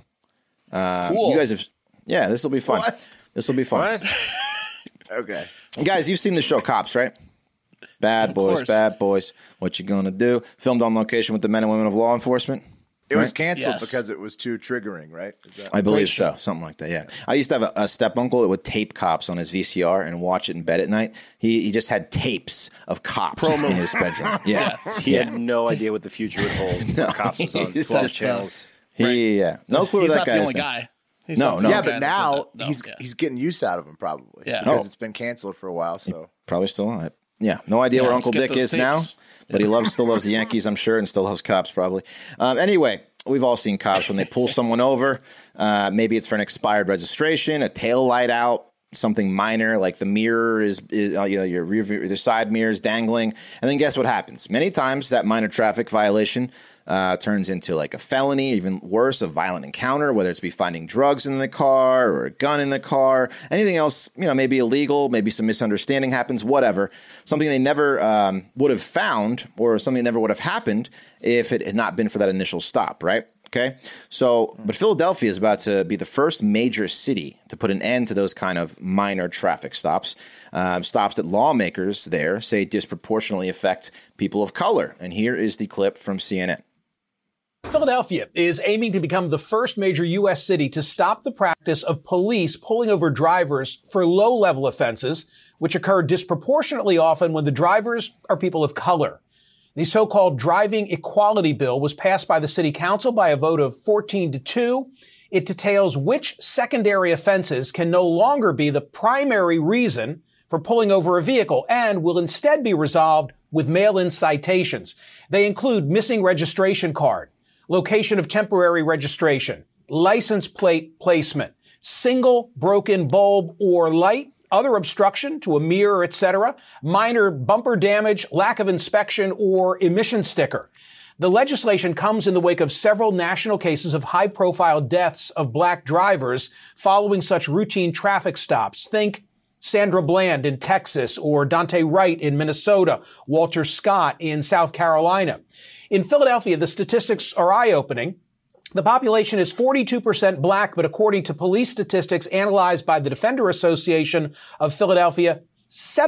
S4: Uh, You guys have. Yeah, this will be fun. This will be fun.
S2: what?
S1: okay.
S4: And Guys, you've seen the show Cops, right? Bad boys,
S3: course.
S4: bad boys. What you gonna do? Filmed on location with the men and women of law enforcement.
S1: It was canceled
S3: Yes.
S1: because it was too triggering, right? Is that,
S4: I believe so, something like that. Yeah, I used to have a, a step uncle that would tape cops on his VCR and watch it in bed at night. He, he just had tapes of cops in his bedroom. Yeah,
S2: He had no idea what the future would hold. Cops was on
S4: He's
S2: twelve
S4: just, uh,
S2: channels.
S4: he, yeah, no clue.
S3: He's
S4: that
S3: not
S4: guy
S3: the
S4: is
S3: only
S4: now.
S3: guy. He's
S4: No,
S3: not the
S4: no.
S3: guy
S1: yeah, but
S3: that did
S1: now
S3: that. No,
S1: he's
S3: yeah.
S1: he's getting use out of him probably.
S3: Yeah.
S1: because
S4: Oh.
S1: it's been canceled for a while. So
S4: Probably still on it. Yeah, no idea
S3: Yeah,
S4: where
S3: let's
S4: Uncle
S3: get
S4: Dick
S3: those
S4: is now,
S3: tapes.
S4: but he loves still loves the Yankees, I'm sure, and still loves cops probably. Um, anyway, we've all seen cops when they pull someone over. Uh, maybe it's for an expired registration, a tail light out, something minor like the mirror is, is uh, you know, your rear view, the side mirror is dangling, and then guess what happens? Many times that minor traffic violation. Uh, turns into like a felony, even worse, a violent encounter, whether it's be finding drugs in the car or a gun in the car, anything else, you know, maybe illegal, maybe some misunderstanding happens, whatever. Something they never um, would have found or something that never would have happened if it had not been for that initial stop, right? Okay. So, but Philadelphia is about to be the first major city to put an end to those kind of minor traffic stops, um, stops that lawmakers there say disproportionately affect people of color. And here is the clip from CNN.
S7: Philadelphia is aiming to become the first major U.S. city to stop the practice of police pulling over drivers for low level offenses, which occur disproportionately often when the drivers are people of color. The so called driving equality bill was passed by the city council by a vote of 14 to 2. It details which secondary offenses can no longer be the primary reason for pulling over a vehicle and will instead be resolved with mail-in citations. They include missing registration card, location of temporary registration, license plate placement, single broken bulb or light, other obstruction to a mirror, etc., minor bumper damage, lack of inspection, or emission sticker. The legislation comes in the wake of several national cases of high profile deaths of black drivers following such routine traffic stops. Think Sandra Bland in Texas or Dante Wright in Minnesota, Walter Scott in South Carolina. In Philadelphia, the statistics are eye opening. The population is 42% black, but according to police statistics analyzed by the Defender Association of Philadelphia,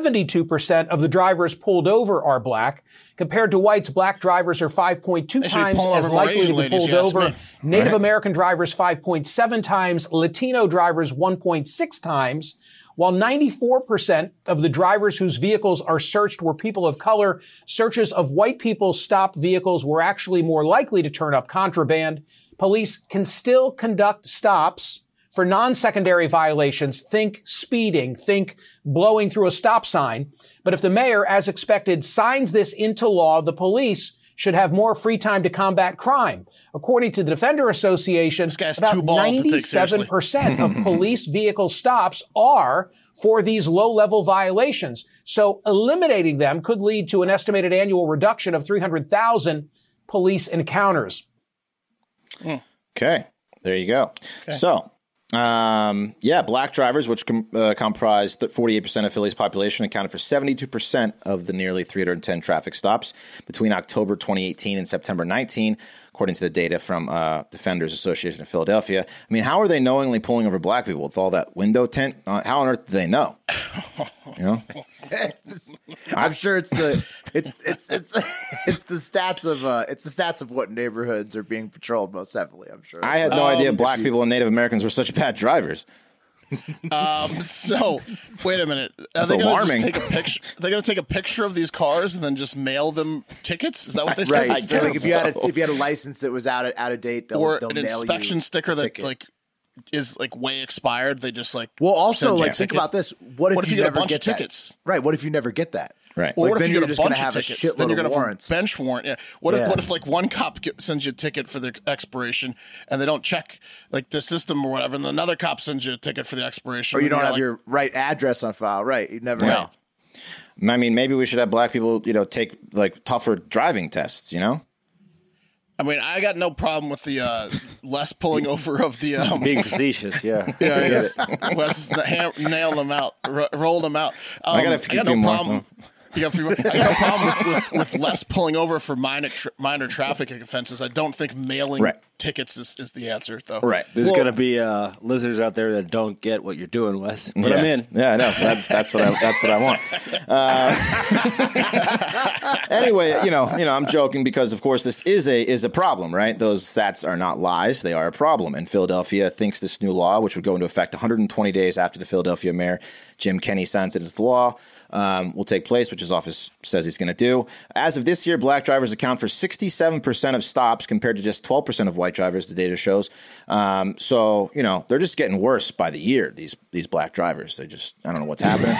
S7: 72% of the drivers pulled over are black. Compared to whites, black drivers are 5.2
S3: should be
S7: times
S3: pulling
S7: as
S3: over more
S7: likely to
S3: Asian
S7: be
S3: ladies,
S7: pulled
S3: you ask
S7: over.
S3: me.
S7: Native American drivers 5.7 times, Latino drivers 1.6 times, while 94% of the drivers whose vehicles are searched were people of color. Searches of white people stopped vehicles were actually more likely to turn up contraband. Police can still conduct stops for non-secondary violations. Think speeding, think blowing through a stop sign. But if the mayor, as expected, signs this into law, the police should have more free time to combat crime. According to the Defender Association,
S3: guy's
S7: about
S3: too bald to take seriously.
S7: 97% of police vehicle stops are for these low-level violations. So eliminating them could lead to an estimated annual reduction of 300,000 police encounters.
S4: Okay, there you go. So, um, yeah, black drivers, which com- uh, comprise the 48% of Philly's population, accounted for 72% of the nearly 310 traffic stops between October 2018 and September 19, according to the data from uh, Defenders Association of Philadelphia. I mean, how are they knowingly pulling over black people with all that window tint? Uh, how on earth do they know? You know,
S1: I'm sure it's the it's it's it's it's the stats of uh it's the stats of what neighborhoods are being patrolled most heavily. I'm sure
S4: I had no idea black people and Native Americans were such bad drivers.
S3: So wait a minute. Are
S4: That's
S3: they gonna
S4: alarming.
S3: Just take a picture. They're gonna take a picture of these cars and then just mail them tickets. Is that what they said?
S1: right.
S4: I
S1: so like
S4: guess
S1: if you had a,
S4: so.
S1: if you had a license that was out of, out of date, they'll,
S3: or
S1: they'll
S3: an
S1: nail you
S3: inspection sticker
S1: a
S3: that
S1: ticket.
S3: like is like way expired. They just like
S1: Well, also
S3: send you a
S1: like think
S3: ticket.
S1: about this. What if,
S3: What if you get a
S1: never
S3: bunch of
S1: get that?
S3: tickets?
S1: Right. What if you never get that?
S4: Right.
S3: Or
S1: Like,
S3: what if
S1: then
S3: you
S1: you're
S3: get a
S1: just gonna
S3: bunch of
S1: have a
S3: tickets? Then
S1: shitload
S3: you're
S1: of
S3: gonna have
S1: warrants.
S3: a bench warrant. Yeah. What
S1: Yeah.
S3: if what if like one cop get, sends you a ticket for the expiration and they don't check like the system or whatever, and then another cop sends you a ticket for the expiration,
S1: Or you
S3: and
S1: don't
S3: you're
S1: have
S3: like,
S1: your right address on file. Right. You never know.
S4: I mean, maybe we should have black people, you know, take like tougher driving tests, you know?
S3: I mean, I got no problem with the uh, less pulling over of the um,
S2: Being facetious, yeah.
S3: Yeah, I guess. Wes ham- nailed them out, ro- rolled them out. Um,
S4: I got a few- few more.
S3: You got a few more. I got no problem with, with, with less pulling over for minor tr minor traffic offenses. I don't think mailing
S4: Right.
S3: tickets is, is the answer, though.
S2: There's gonna be uh, listeners out there that don't get what you're doing, Wes. But
S4: yeah.
S2: I'm in.
S4: Yeah, I know. That's that's what I that's what I want. Uh, anyway, you know, you know, I'm joking because of course this is a is a problem, right? Those stats are not lies; they are a problem. And Philadelphia thinks this new law, which would go into effect 120 days after the Philadelphia mayor Jim Kenney signs it into law, um, will take place, which his office says he's going to do. As of this year, black drivers account for 67 percent of stops compared to just 12 percent of white white drivers. The data shows. Um, so you know they're just getting worse by the year. These these black drivers. They just I don't know what's happening.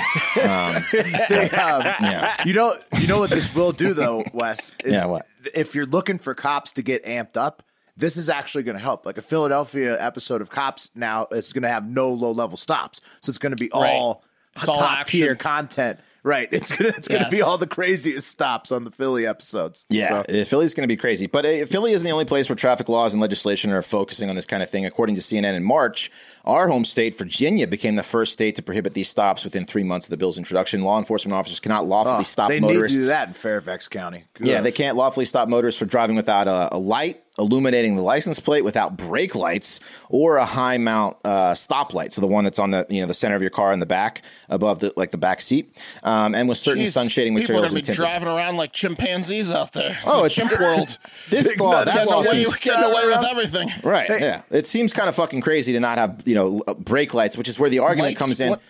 S1: They, um, You know, you know what this will do though, Wes. Is
S4: Yeah, what?
S1: If you're looking for cops to get amped up, this is actually going to help. Like a Philadelphia episode of Cops now is going to have no low level stops, so it's going to be all
S3: It's all
S1: top tier
S3: action.
S1: content. Right. It's gonna it's
S3: Yeah.
S1: gonna be all the craziest stops on the Philly episodes.
S4: Yeah,
S1: So-
S4: uh, Philly's going to be crazy. But uh, Philly isn't the only place where traffic laws and legislation are focusing on this kind of thing. According to CNN in March, our home state, Virginia, became the first state to prohibit these stops within three months of the bill's introduction. Law enforcement officers cannot lawfully
S1: oh,
S4: stop
S1: they
S4: motorists.
S1: need to do that in Fairfax County. Good.
S4: Yeah, they can't lawfully stop motorists for driving without a, a light, illuminating the license plate, without brake lights, or a high mount uh, stoplight. So the one that's on the you know the center of your car in the back, above the like the back seat, um, and with certain
S3: Jeez,
S4: sun shading
S3: people are
S4: materials
S3: gonna
S4: and
S3: be
S4: tinted.
S3: driving around like chimpanzees out there. It's
S4: Oh,
S3: oh, a
S4: it's-
S3: chimp world.
S4: This law, that
S3: Getting
S4: law
S3: away,
S4: seems
S3: with- getting away with everything.
S4: Right. yeah. It seems kind of fucking crazy to not have, you know, l- brake lights, which is where the argument
S3: Lights?
S4: comes in.
S3: What,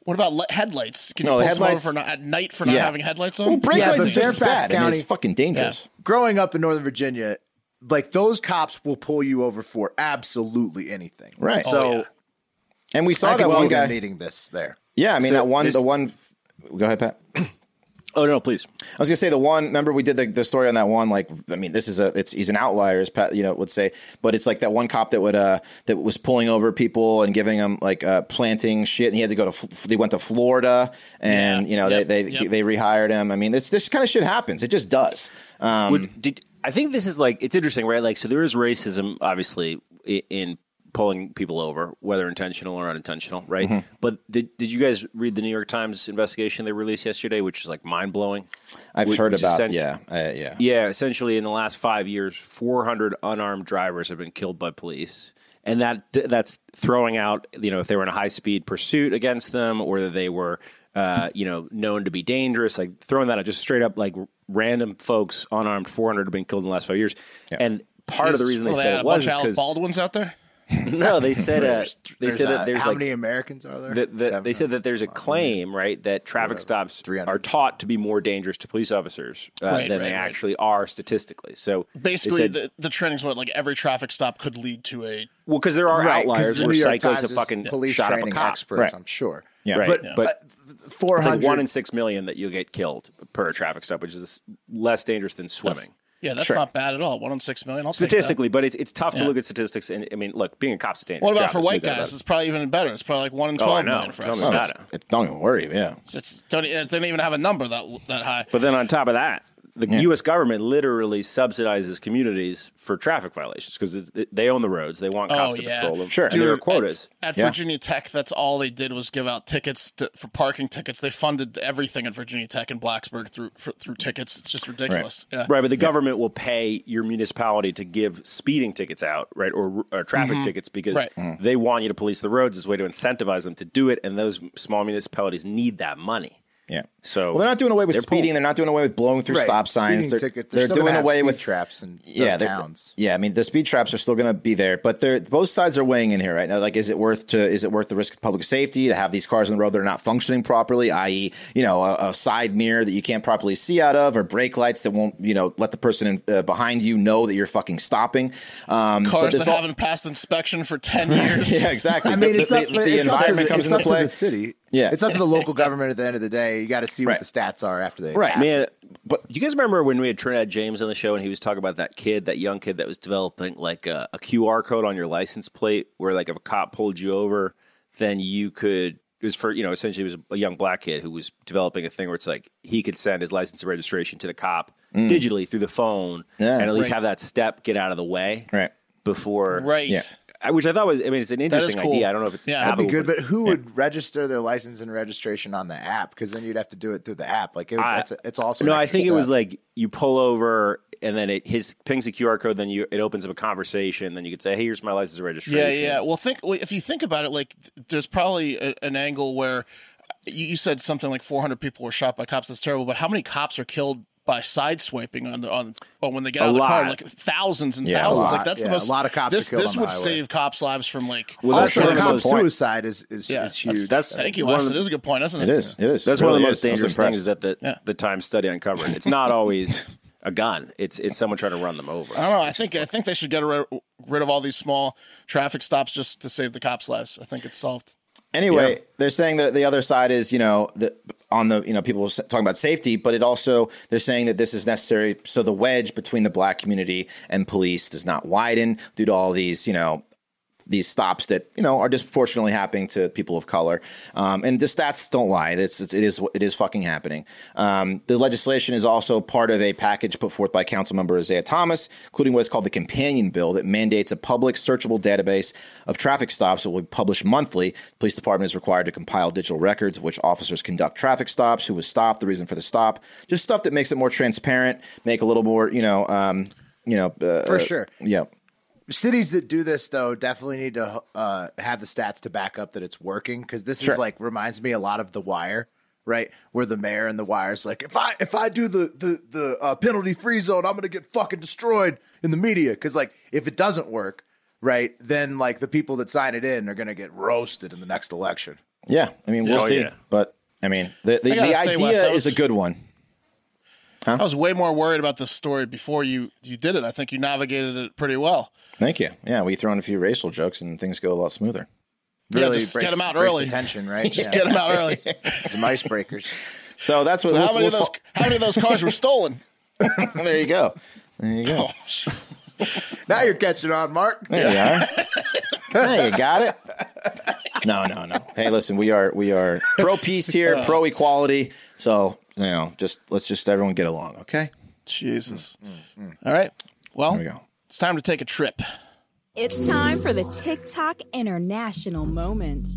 S3: what about le- headlights? Can
S4: No,
S3: you pull
S4: headlights-
S3: headlights for not, at night for not
S4: Yeah.
S3: having headlights on?
S4: Well, brake
S1: Yeah,
S4: lights
S1: but
S4: is just as
S1: Fairfax
S4: bad. I mean, it's
S1: County-
S4: fucking dangerous.
S1: growing up in Northern Virginia, like those cops will pull you over for absolutely anything.
S4: Right.
S1: So
S2: Oh,
S3: yeah.
S4: And we
S1: I
S4: saw
S1: can
S4: that
S1: see
S4: one
S1: them
S4: guy.
S1: needing this there.
S4: yeah, I mean,
S2: So
S4: that one,
S2: this-
S4: the one. Go ahead, Pat.
S2: Oh no, please.
S4: I was gonna say the one. Remember, we did the, the story on that one. Like, I mean, this is a it's he's an outlier, as Pat you know would say, but it's like that one cop that would uh that was pulling over people and giving them like uh planting shit, and he had to go to F- they went to Florida, and
S3: Yeah.
S4: you know
S3: Yep.
S4: they they
S3: Yep.
S4: they rehired him. I mean, this this kind of shit happens. It just does. Um,
S2: Would did I think this is like it's interesting, right? Like, so there is racism, obviously, i- in pulling people over, whether intentional or unintentional, right? But did did you guys read the New York Times investigation they released yesterday, which is like mind blowing?
S4: I've
S2: which-
S4: heard
S2: which is
S4: about
S2: sent-
S4: yeah, uh, yeah,
S2: Yeah, essentially, in the last five years, 400 unarmed drivers have been killed by police, and that that's throwing out you know if they were in a high speed pursuit against them or that they were uh, you know known to be dangerous, like throwing that out just straight up like random folks unarmed 400 have been killed in the last five years, and part of the reason they
S3: Well,
S2: said
S3: had
S2: it
S3: a
S2: was
S3: bunch of Alec
S2: because
S3: Baldwin's out there.
S2: no, they said uh, they
S1: There's,
S2: said
S1: uh,
S2: that there's
S1: how
S2: like
S1: many Americans are there?
S2: that, that
S1: Seven
S2: they said that
S1: hundred.
S2: there's a claim, right, that traffic stops
S1: 300.
S2: are taught to be more dangerous to police officers uh,
S3: Right,
S2: than
S3: right,
S2: they
S3: right.
S2: actually are statistically. So they
S3: Basically,
S2: said-
S3: the, the training's what like every traffic stop could lead to a
S2: well, because there are
S1: Right, 'cause
S2: outliers
S1: the
S2: where
S1: New York
S2: psychos
S1: Times
S2: have
S1: is
S2: fucking
S1: police
S2: shot up a
S1: training
S2: cop,
S1: experts.
S2: right?
S1: I'm sure.
S4: Yeah.
S2: Right,
S1: but,
S2: yeah.
S1: but four
S2: It's like
S1: hundred.
S2: one in six million that you'll get killed per traffic stop, which is less dangerous than swimming.
S3: yeah. That's not bad at all. One in six million. I'll take that.
S2: Statistically, but it's it's tough to look at statistics. And I mean, look, being a cop's a dangerous
S3: What about
S2: job,
S3: for
S2: let's
S3: white
S2: make that
S3: guys?
S2: about
S3: It's probably even better. It's probably like one in
S2: Oh, I
S3: twelve million
S2: know.
S3: for
S2: Tell
S3: us.
S2: me about
S4: It's-
S2: it.
S4: it- don't even worry. Yeah,
S3: It's, it's don't, e, it doesn't even have a number that that high.
S2: But then on top of that, the U.S. government literally subsidizes communities for traffic violations because they own the roads. They want cops
S3: Oh,
S2: to
S3: yeah.
S2: patrol them.
S4: Sure.
S2: and there are
S3: Dude,
S2: quotas.
S3: At, at
S4: Yeah.
S3: Virginia Tech, that's all they did was give out tickets to, for parking tickets. They funded everything at Virginia Tech and Blacksburg through for, through tickets. It's just ridiculous. Yeah.
S2: Right, but the government will pay your municipality to give speeding tickets out, right, or, or traffic tickets because
S3: Mm-hmm. Right.
S2: they want you to police the roads as a way to incentivize them to do it, and those small municipalities need that money.
S4: yeah.
S2: So
S4: Well, they're not doing away with
S2: they're
S4: speeding.
S2: pulling-
S4: They're not doing away with blowing through stop signs. They're, they're doing away with
S1: traps and
S4: yeah,
S1: yeah,
S4: they're-
S1: towns.
S4: Yeah, I mean the speed traps are still going to be there, but they're both sides are weighing in here right now. Like, is it worth to is it worth the risk of public safety to have these cars on the road that are not functioning properly, i.e., you know, a, a side mirror that you can't properly see out of, or brake lights that won't you know let the person in, uh, behind you know that you're fucking stopping. Um, but
S3: Cars
S4: there's
S3: that
S4: all-
S3: haven't passed inspection for ten years.
S4: yeah, exactly.
S1: I mean,
S4: the,
S1: it's
S4: the-
S1: up,
S4: the-
S1: but
S4: the
S1: it's up to
S4: environment
S1: the, it's
S4: comes into
S1: up to
S4: play.
S1: the city.
S4: Yeah.
S1: it's up to the local government at the end of the day. You got to see
S4: Right.
S1: what the stats are after they
S4: Right.
S1: pass.
S2: Man,
S4: But-
S2: but do you guys remember when we had Trinidad James on the show and he was talking about that kid, that young kid that was developing like uh, a, a QR code on your license plate, where like if a cop pulled you over, then you could. It was for you know essentially it was a young black kid who was developing a thing where it's like he could send his license and registration to the cop digitally through the phone
S4: Yeah.
S2: and at least have that step get out of the way
S4: Right.
S2: before
S3: Right.
S4: Yeah.
S2: I- Which I thought was I mean it's an interesting
S3: cool.
S2: idea. I don't know if it's
S3: Yeah.
S2: yeah,
S3: That'd
S1: That'd be good, but who would register their license and registration on the app? Because then you'd have to do it through the app. Like it,
S2: I-
S1: it's, it's also
S2: no,
S1: an
S2: I
S1: extra
S2: think it was
S1: step.
S2: like you pull over and then it his pings a QR code, then you it opens up a conversation, then you could say, "Hey, here's my license and registration."
S3: Yeah, yeah. Well, think well, if you think about it, like th- there's probably a, an angle where uh, you, you said something like 400 people were shot by cops. That's terrible, but how many cops are killed by sideswiping on the on, on when they get
S2: A
S3: out of the car?
S2: lot.
S3: Like thousands and
S4: Yeah, a
S3: thousands.
S1: lot.
S3: Like that's
S1: Yeah,
S3: the
S1: a
S3: most.
S1: lot of cops are
S3: This
S1: killed
S3: this
S1: on the
S3: would
S1: highway.
S3: save cops' lives from like.
S2: Well, that's
S1: also
S2: one of the
S1: cop
S2: most.
S1: suicide is is,
S3: yeah,
S1: is huge.
S3: That's,
S2: That's
S3: thank you,
S2: one
S3: Wes.
S2: of
S3: It
S2: the-
S3: is a good point, isn't it?
S4: It is. It is.
S2: That's
S4: It
S2: one of
S4: really
S2: the most
S4: is. I was
S2: dangerous
S4: impressed.
S2: things is that the, the time study uncovered. It's not always a gun. It's it's someone trying to run them over.
S3: I don't know. I think I think they should get rid, rid of all these small traffic stops just to save the cops' lives. I think it's solved.
S4: Anyway, they're saying that the other side is, you know, the, on the, you know, people s- talking about safety, but it also, they're saying that this is necessary so the wedge between the black community and police does not widen due to all these, you know, these stops that you know are disproportionately happening to people of color, um, and the stats don't lie. It's, it's it is it is fucking happening. Um, the legislation is also part of a package put forth by Councilmember Isaiah Thomas, including what is called the Companion Bill that mandates a public searchable database of traffic stops that will be published monthly. The police department is required to compile digital records of which officers conduct traffic stops, who was stopped, the reason for the stop, just stuff that makes it more transparent, make a little more you know um, you know uh,
S1: For sure.
S4: yeah.
S1: cities that do this though definitely need to uh, have the stats to back up that it's working because this
S4: Sure.
S1: is like reminds me a lot of the wire right where the mayor and the wire's like if i if i do the the the uh, penalty free zone i'm gonna get fucking destroyed in the media because like if it doesn't work right then like the people that sign it in are gonna get roasted in the next election
S4: Yeah, I mean, we'll
S2: Oh,
S4: see.
S2: yeah.
S4: But I mean, the the,
S3: I gotta
S4: the
S3: say, Wes,
S4: idea
S3: that was-
S4: is a good one.
S3: I was way more worried about this story before you you did it. I think you navigated it pretty well.
S4: Thank you. Yeah, we throw in a few racial jokes and things go a lot smoother.
S3: yeah, just get
S1: breaks-
S3: them out
S1: breaks the
S3: early.
S1: tension right
S3: Just
S1: yeah.
S3: get them out early.
S1: some icebreakers
S4: So that's what.
S3: So
S4: we'll-
S3: how many of
S4: we'll
S3: those how many of those cars were stolen? Oh,
S4: fo- there you go. There you go.
S1: now you're catching on mark
S4: There you are. there you got it. No, no, no. Hey, listen, we are we are pro peace here, pro equality. So you know, just let's just everyone get along, okay?
S3: Jesus. All right. Well,
S4: There we go.
S3: it's time to take a trip.
S8: It's time for the TikTok International Moment.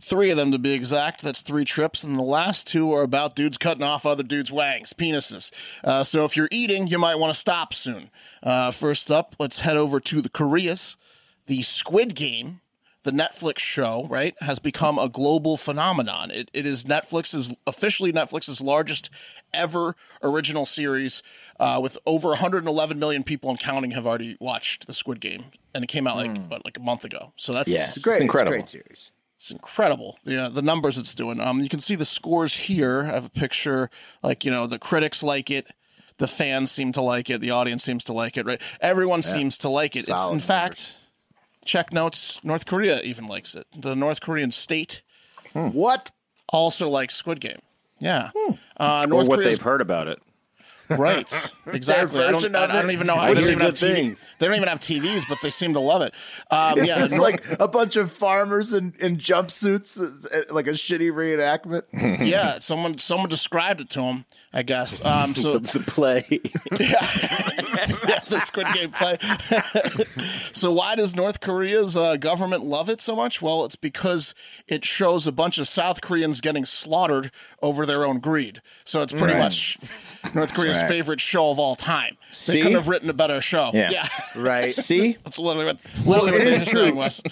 S3: Three of them to be exact. That's three trips, and the last two are about dudes cutting off other dudes' wangs, penises. Uh, so if you're eating, you might want to stop soon. Uh, first up, let's head over to the Koreas. The Squid Game, the Netflix show, right, has become a global phenomenon. It, it is Netflix's officially Netflix's largest ever original series, uh, with over 111 million people and counting have already watched the Squid Game, and it came out like what, like a month ago. So that's
S4: Yeah,
S1: great
S4: It's incredible.
S1: it's a great series
S3: it's incredible. Yeah, the numbers it's doing. Um, you can see the scores here. I have a picture. Like you know, the critics like it, the fans seem to like it, the audience seems to like it. Right, everyone seems to like it. it's in fact, check notes. North Korea even likes it. The North Korean state
S1: what
S3: also likes Squid Game. Yeah,
S1: Hmm.
S3: uh,
S2: or
S3: North
S2: what
S3: Korea's
S2: they've heard about it.
S3: Right. Exactly. I don't,
S1: version of
S3: I, I don't
S1: it.
S3: even know how
S2: I
S3: they don't
S2: hear
S3: even have
S2: good
S3: TVs.
S2: things.
S3: They don't even have TVs, but they seem to love it. Um,
S1: It's
S3: yeah,
S1: just
S3: North-
S1: like a bunch of farmers in, in jumpsuits, uh, uh, like a shitty reenactment.
S3: yeah. Someone someone described it to him. I guess. Um, so
S2: The play.
S3: yeah, the Squid Game play. so why does North Korea's uh, government love it so much? Well, it's because it shows a bunch of South Koreans getting slaughtered over their own greed. So it's pretty much North Korea's
S4: Right.
S3: favorite show of all time. They
S4: See?
S3: couldn't have written a better show.
S4: Yeah.
S1: Right.
S4: See,
S3: That's literally what, literally what
S1: it
S3: they
S1: is
S3: were
S1: true.
S3: saying, Wes.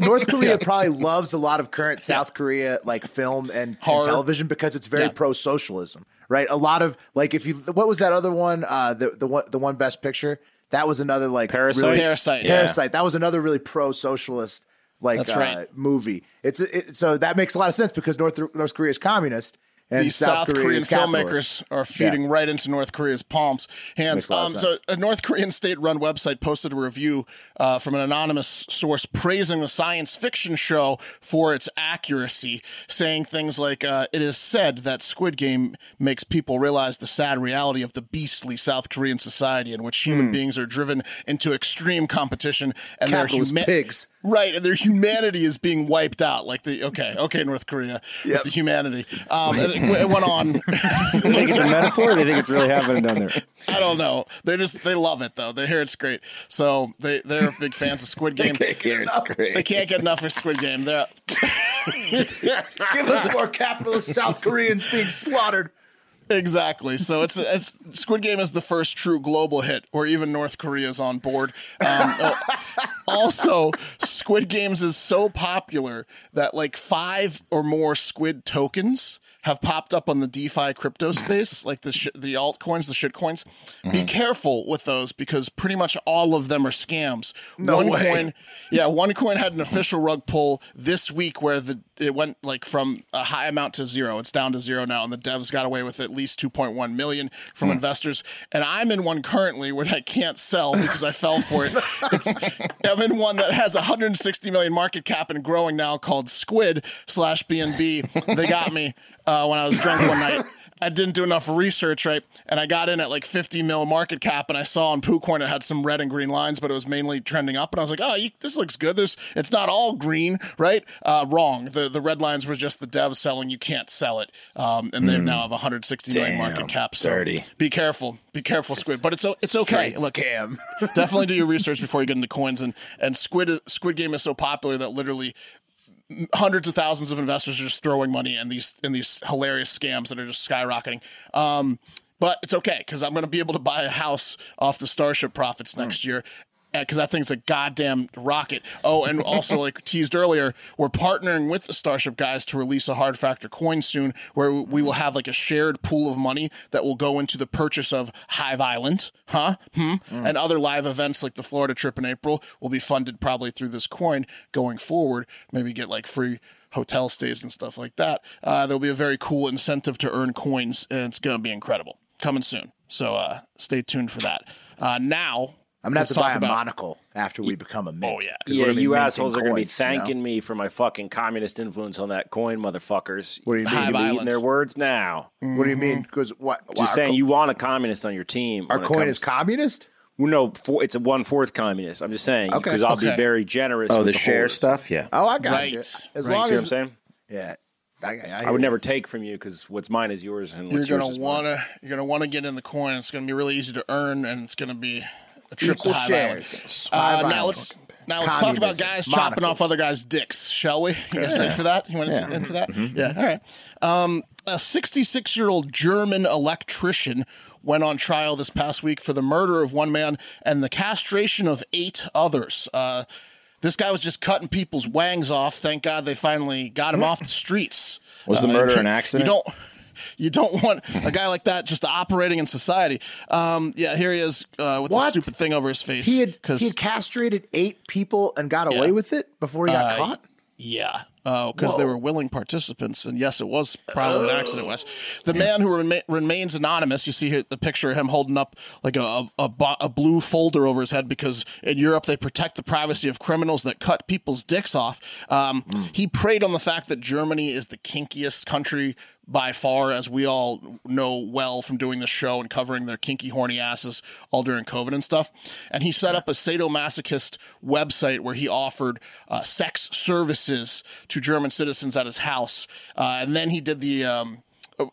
S1: North Korea probably loves a lot of current South Korea like film and, and
S3: Horror.
S1: television because it's very
S3: Yeah.
S1: pro socialism, right? A lot of like if you what was that other one? Uh, the the one the one best picture that was another like
S2: Parasite?
S1: really-
S3: Parasite. Yeah.
S1: Parasite. That was another really pro socialist like
S3: That's
S1: uh,
S3: right.
S1: movie. It's it, so that makes a lot of sense because North North Korea is communist and
S3: These South, Korean
S1: is capitalist.
S3: filmmakers are feeding right into North Korea's palms.
S1: Makes
S3: Hands.
S1: a lot
S3: Um,
S1: of
S3: so,
S1: sense.
S3: a North Korean state-run website posted a review uh, from an anonymous source praising the science fiction show for its accuracy, saying things like, uh, "It is said that Squid Game makes people realize the sad reality of the beastly South Korean society in which human
S1: Hmm.
S3: beings are driven into extreme competition and their
S1: Capitalist
S3: huma-
S1: pigs.
S3: Right, and their humanity is being wiped out. Like the okay, okay, North Korea, with the humanity. Um, and it, it went on.
S2: think it's a metaphor. They think it's really happening down there.
S3: I don't know. They just they love it though. They hear it's great, so they they're big fans of Squid Game.
S4: here it's great.
S3: They can't get enough of Squid Game. They're
S1: Give us more capitalist South Koreans being slaughtered.
S3: exactly so. It's it's Squid Game is the first true global hit, or even North Korea's on board. Um, also, Squid Games is so popular that like five or more Squid tokens have popped up on the DeFi crypto space, like the sh- the altcoins, the shitcoins.
S4: Mm-hmm.
S3: Be careful with those because pretty much all of them are scams. No one
S1: way.
S3: coin, yeah, one coin had an official rug pull this week where the it went like from a high amount to zero. It's down to zero now, and the devs got away with at least 2.1 million from investors. And I'm in one currently where I can't sell because I fell for it. It's, I'm in one that has 160 million market cap and growing now called Squid slash BNB. They got me uh, when I was drunk one night. I didn't do enough research, right? And I got in at like 50 mil market cap, and I saw on PooCoin it had some red and green lines, but it was mainly trending up. And I was like, oh, you, this looks good. There's, it's not all green, right? Uh, wrong. The the red lines were just the devs selling. You can't sell it, um, and they now have 160 million market
S4: Hmm. Damn,
S3: cap. So
S4: dirty.
S3: be careful, be careful, Squid. But it's o- it's okay. Look,
S1: Cam.
S3: definitely do your research before you get into coins. And and Squid Squid Game is so popular that literally hundreds of thousands of investors are just throwing money in these in these hilarious scams that are just skyrocketing. Um, but it's okay because I'm going to be able to buy a house off the Starship profits next year. Because that thing's a goddamn rocket. Oh, and also, like teased earlier, we're partnering with the Starship guys to release a hard factor coin soon, where we will have like a shared pool of money that will go into the purchase of Hive Island, huh? Hmm?
S1: Mm.
S3: And other live events like the Florida trip in April will be funded probably through this coin going forward. Maybe get like free hotel stays and stuff like that. Uh, there'll be a very cool incentive to earn coins, and it's going to be incredible. Coming soon. So uh, stay tuned for that. Uh, now,
S1: I'm gonna have
S3: let's
S1: to
S3: talk
S1: buy a
S3: about-
S1: monocle after we become a mint.
S3: Oh, yeah.
S1: 'Cause we're
S2: yeah,
S1: gonna be
S2: you
S1: minting
S2: assholes are going to be
S1: coins, you know?
S2: thanking me for my fucking communist influence on that coin, motherfuckers.
S1: What do you mean?
S2: You're gonna be eating
S3: Violence.
S2: their words now.
S1: What do you mean? Because what? why
S2: Just
S1: our
S2: saying,
S1: co-
S2: you want a communist on your team.
S1: our
S2: when it
S1: coin
S2: comes-
S1: is communist.
S2: Well, no, four, it's a one fourth communist. I'm just saying
S1: Okay,
S2: because I'll be
S3: okay.
S2: very generous.
S4: Oh,
S2: with
S4: the
S2: the
S4: share
S2: hoard.
S4: stuff. Yeah.
S1: Oh, I got
S3: Right.
S1: you. As
S3: Right.
S1: long
S2: You know what I'm
S1: as
S2: saying?
S1: yeah, I, I,
S2: I would never take from you because what's mine is yours, and
S3: you're
S2: what's yours
S3: gonna
S2: is mine.
S3: wanna you're gonna wanna get in the coin. It's gonna be really easy to earn, and it's gonna be a trip
S1: Equal
S3: to Hive
S1: shares.
S3: Island.
S1: Hive
S3: Uh, now
S1: Island.
S3: let's now let's talk about
S1: Communism.
S3: guys chopping off
S1: Monocles.
S3: other guys' dicks, shall we? You guys ready for that? You went into, into that? Yeah. All right. Um, a 66 year old German electrician went on trial this past week for the murder of one man and the castration of eight others. Uh, this guy was just cutting people's wangs off. Thank God they finally got him off the streets.
S4: Was the
S3: Uh,
S4: murder
S3: you-
S4: an accident?
S3: You don't. You don't want a guy like that just operating in society. Um, yeah, here he is uh, with
S1: What?
S3: the stupid thing over his face.
S1: he had he
S3: 'cause-
S1: had castrated eight people and got away with it before he
S4: Uh,
S1: got caught.
S3: Yeah. Oh, because they were willing participants, and yes, it was probably an accident. Wes, the man who rema- remains anonymous. You see here the picture of him holding up like a, a a bo- a blue folder over his head because in Europe they protect the privacy of criminals that cut people's dicks off. Um,
S1: Hmm.
S3: He preyed on the fact that Germany is the kinkiest country by far, as we all know well from doing this show and covering their kinky, horny asses all during COVID and stuff. And he set up a sadomasochist website where he offered uh, sex services to German citizens at his house. Uh, and then he did the. Um,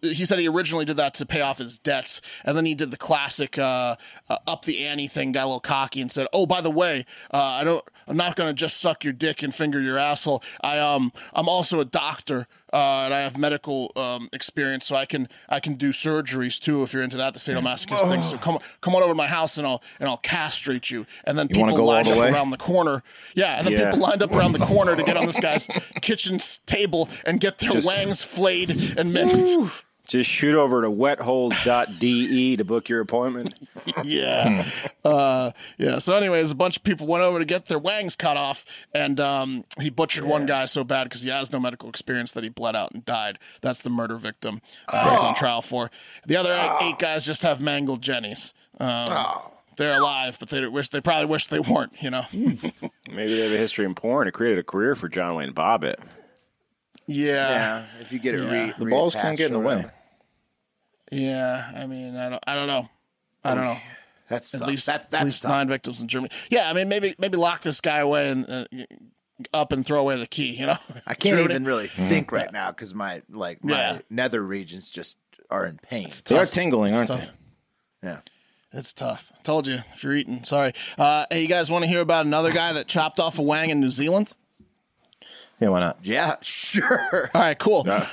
S3: he said he originally did that to pay off his debts, and then he did the classic uh, uh, up the ante thing, got a little cocky, and said, "Oh, by the way, uh, I don't, I'm not gonna just suck your dick and finger your asshole. I um, I'm also a doctor, uh, and I have medical um, experience, so I can I can do surgeries too if you're into that, the sadomasochist thing. So come come on over to my house, and I'll and I'll castrate you. And then
S4: You wanna
S3: people
S4: go all
S3: lined
S4: the
S3: up
S4: way?
S3: around the corner, yeah, and then
S2: Yeah.
S3: people lined up around the corner to get on this guy's kitchen s- table and get their
S2: Just-
S3: wangs flayed and minced.
S2: Just shoot over to wetholes.de E to book your appointment.
S3: yeah. Uh, yeah. So, anyways, a bunch of people went over to get their wangs cut off, and um, he butchered one guy so bad because he has no medical experience that he bled out and died. That's the murder victim uh, he's on trial for. The other eight, eight guys just have mangled jennies. Um, They're alive, but they wish they probably wish they weren't. You know.
S2: Maybe they have a history in porn. It created a career for John Wayne Bobbitt.
S3: Yeah.
S1: Yeah, if you get it, re-
S4: The balls can't
S1: reattached
S4: get in the
S1: or
S4: way.
S1: whatever.
S3: Yeah. I mean, I don't. I don't know. I don't know.
S1: That's
S3: at
S1: tough.
S3: least
S1: that's
S3: at
S1: that's
S3: least
S1: tough.
S3: nine victims in Germany. Yeah, I mean maybe maybe lock this guy away and uh, up and throw away the key. You know,
S1: I can't
S3: Germany.
S1: even really think right now because my like my
S3: Hmm. Yeah.
S1: nether regions just are in pain.
S4: They are tingling, aren't
S3: tough.
S4: they?
S1: Yeah.
S3: It's tough. I told you if you're eating. Sorry. Uh, hey, you guys want to hear about another guy that chopped off a wang in New Zealand?
S4: Yeah, why not?
S1: Yeah, sure.
S3: All right, cool, Ta-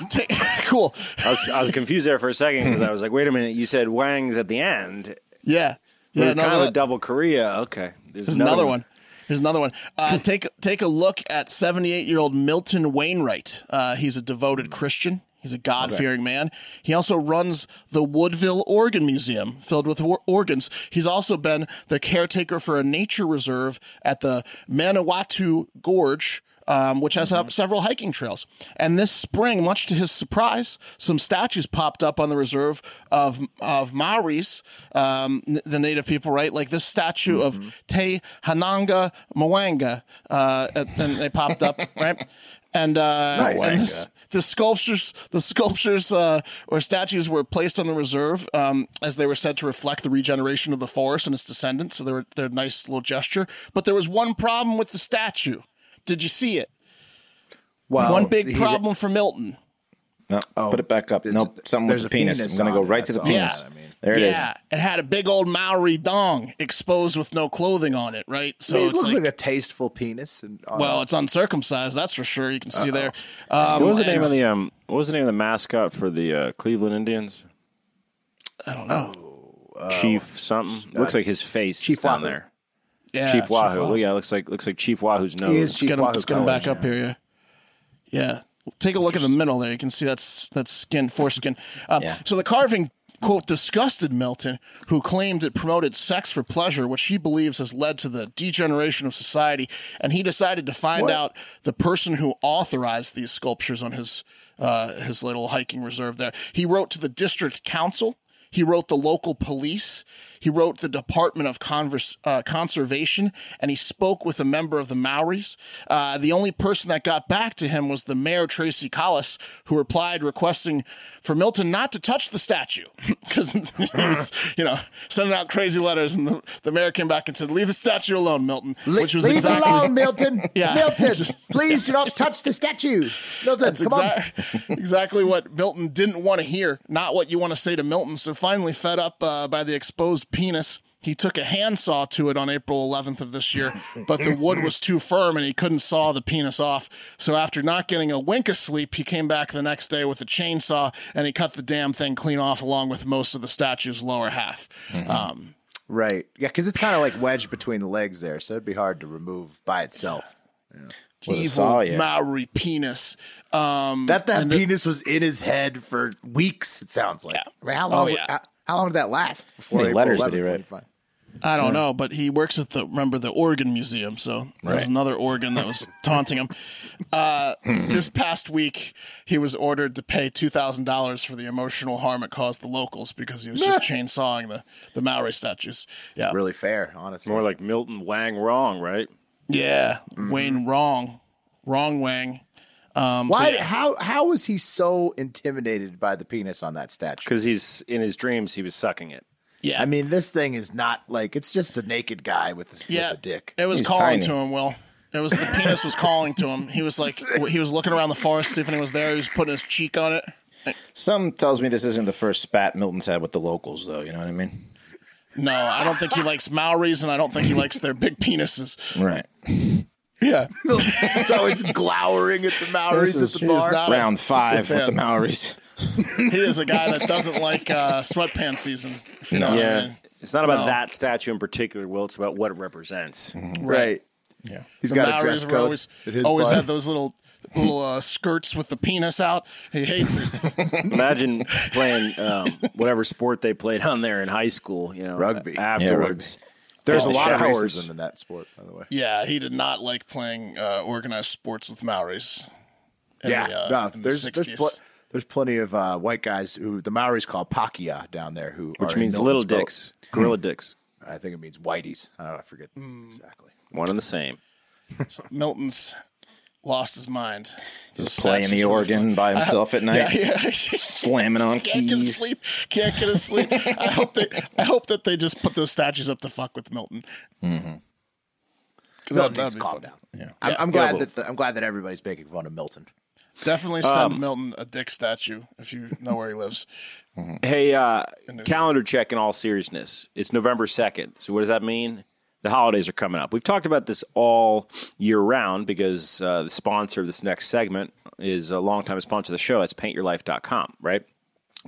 S3: cool.
S2: I was, I was confused there for a second because I was like, wait a minute, you said Wang's at the end.
S3: Yeah,
S2: Yeah,
S3: yeah.
S2: kind of
S3: that-
S2: a double Korea. Okay. There's,
S3: Here's another one. Here's another one. Uh, take take a look at 78 year old Milton Wainwright. Uh, he's a devoted Christian. He's a God fearing man. He also runs the Woodville Organ Museum, filled with wor- organs. He's also been the caretaker for a nature reserve at the Manawatu Gorge. um, which has uh, several hiking trails. And this spring, much to his surprise, some statues popped up on the reserve of of Maoris, um, n- the native people, right? Like this statue of Te Hananga Mwanga, uh, and and they popped up, right? And uh, and this- the sculptures the sculptures uh, or statues were placed on the reserve um, as they were said to reflect the regeneration of the forest and its descendants so they were they're a nice little gesture but there was one problem with the statue did you see it
S1: Well,
S3: one big
S1: he-
S3: problem for milton
S4: No, Oh, put it back up.
S1: There's-
S4: Nope, something with
S1: there's
S4: the
S1: a
S4: penis.
S1: penis
S4: I'm gonna go
S1: on it,
S4: right to the
S1: that's all.
S3: Yeah.
S4: penis. There it is.
S3: yeah it had a big old maori dong exposed with no clothing on it right so
S1: It
S3: it's
S1: looks
S3: like,
S1: like, a tasteful penis. And uh,
S3: well it's uncircumcised that's for sure you can see there um,
S2: What was the
S3: and
S2: name of the um? What was the name of the mascot for the uh, Cleveland Indians? I don't know. Chief something. looks like his face Chief down
S1: uh, Wahoo.
S2: there.
S3: yeah,
S2: Chief Wahoo. Look, yeah, looks like looks like Chief Wahoo's nose.
S1: he is Chief
S3: get him,
S1: Wahoo
S3: let's get him
S1: College,
S3: back up here. Yeah. Yeah. Take a look at the middle there. You can see that's that's skin, foreskin. Um,
S4: Yeah.
S3: So the carving quote disgusted Milton, who claimed it promoted sex for pleasure, which he believes has led to the degeneration of society. And he decided to find out the person who authorized these sculptures on his uh, his little hiking reserve there. He wrote to the district council. He wrote the local police. He wrote the Department of Converse, uh, Conservation, and he spoke with a member of the Maoris. Uh, the only person that got back to him was the mayor, Tracy Collis, who replied requesting for Milton not to touch the statue because he was, you know, sending out crazy letters. And the, the mayor came back and said, Leave the statue alone, Milton,
S1: Le-
S3: which was
S1: Leave
S3: exactly.
S1: it alone, Milton.
S3: Yeah.
S1: Milton, please do not touch the statue. Milton,
S3: That's
S1: come on.
S3: exac- exactly what Milton didn't want to hear, not what you want to say to Milton. So finally, fed up uh, by the exposed penis, he took a handsaw to it on April 11th of this year, but the wood was too firm and he couldn't saw the penis off. So after not getting a wink of sleep, he came back the next day with a chainsaw and he cut the damn thing clean off, along with most of the statue's lower half.
S4: Mm-hmm.
S3: Um,
S1: Right. Yeah, because it's kind of like wedged between the legs there, so it'd be hard to remove by itself.
S4: With a
S3: evil
S4: saw, yeah.
S3: Maori penis. Um,
S1: That that penis was in his head for weeks. It sounds like. I mean, how long?
S3: Oh, yeah.
S1: how, how long did that last? Before
S4: many
S1: April
S4: letters did he
S1: 11th,
S4: write?
S1: 25?
S3: I don't know, but he works at the remember the Oregon Museum, so there was
S4: Right.
S3: another organ that was taunting him. Uh, this past week, he was ordered to pay two thousand dollars for the emotional harm it caused the locals because he was just chainsawing the the Maori statues. Yeah,
S1: Really fair, honestly.
S2: More like Milton Wang Wrong, right?
S3: yeah, Wayne Wrong, Wrong Wang. Um, so
S1: Why?
S3: yeah.
S1: How? How was he so intimidated by the penis on that statue?
S2: Because he's in his dreams, he was sucking it.
S3: yeah,
S1: I mean, this thing is not like it's just a naked guy with, a-
S3: yeah,
S1: with a dick.
S3: It was
S4: He's
S3: calling
S4: tiny.
S3: to him. Will it was the penis was calling to him. He was like he was looking around the forest, see if anyone was there. He was putting his cheek on it.
S4: Some tells me this isn't the first spat Milton's had with the locals, though. You know what I mean?
S3: No, I don't think he likes Maoris, and I don't think he likes their big penises.
S4: Right.
S3: Yeah,
S1: so it's glowering at the Maoris
S4: This is-
S1: at
S3: he
S1: the
S3: is
S1: bar.
S3: not.
S4: Round five with
S3: fan.
S4: the Maoris.
S3: he is a guy that doesn't like uh, sweatpants season. if you know what I
S2: Yeah.
S3: mean.
S2: Uh, It's not about
S3: No.
S2: that statue in particular, Will. It's about what it represents.
S1: right.
S4: Yeah.
S1: He's
S3: The
S1: got a
S3: Maoris
S1: dress
S3: were
S1: code.
S3: always,
S1: at his
S3: always
S1: bar.
S3: had those little little uh, skirts with the penis out. He hates it.
S2: Imagine playing um, whatever sport they played on there in high school, you know,
S1: Rugby.
S2: afterwards.
S1: There's a
S2: all
S1: lot of
S2: showers.
S1: racism in that sport, by the way.
S3: Yeah, he did not like playing uh, organized sports with Maoris. in
S1: Yeah,
S3: the, uh,
S1: no,
S3: in the
S1: there's there's,
S3: 60s.
S1: pl- there's plenty of uh, white guys who the Maoris call pakia down there, who are
S2: which
S1: in
S2: means
S1: Milton's
S2: little
S1: boat.
S2: dicks, gorilla dicks,
S1: I think it means whiteys. I don't know, I forget exactly.
S2: one and the same.
S3: Milton's lost his mind.
S4: Just playing
S3: Statues
S4: the
S3: were
S4: organ by himself at night,
S3: Yeah, yeah.
S4: slamming on
S3: Can't get to
S4: keys.
S3: sleep. Can't get to sleep. I hope they. I hope that they just put those statues up to fuck with Milton. Mm-hmm.
S1: Milton needs to calm down. I'm, I'm glad
S2: well-
S1: that the, I'm glad that everybody's making fun of Milton.
S3: Definitely send Milton a dick statue if you know where he lives.
S2: Hey, uh, calendar check in all seriousness. It's November 2nd. So, what does that mean? The holidays are coming up. We've talked about this all year round because uh, the sponsor of this next segment is a longtime sponsor of the show. That's paintyourlife.com, right?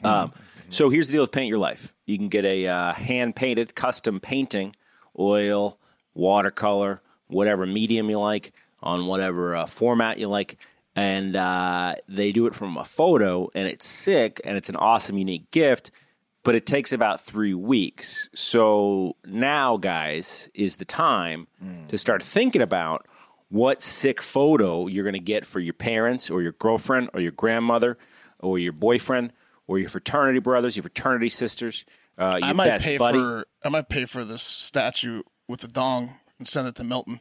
S2: Um, so, here's the deal with Paint Your Life you can get a uh, hand painted custom painting, oil, watercolor, whatever medium you like, on whatever uh, format you like and uh, they do it from a photo, and it's sick, and it's an awesome, unique gift. But it takes about three weeks.
S3: Mm.
S2: So now, guys, is the time to start thinking about what sick photo you're going to get for your parents or your girlfriend or your grandmother or your boyfriend or your fraternity brothers, your fraternity sisters, uh, your
S3: I might
S2: best
S3: pay
S2: buddy.
S3: for I might pay for this statue with the dong and send it to Milton.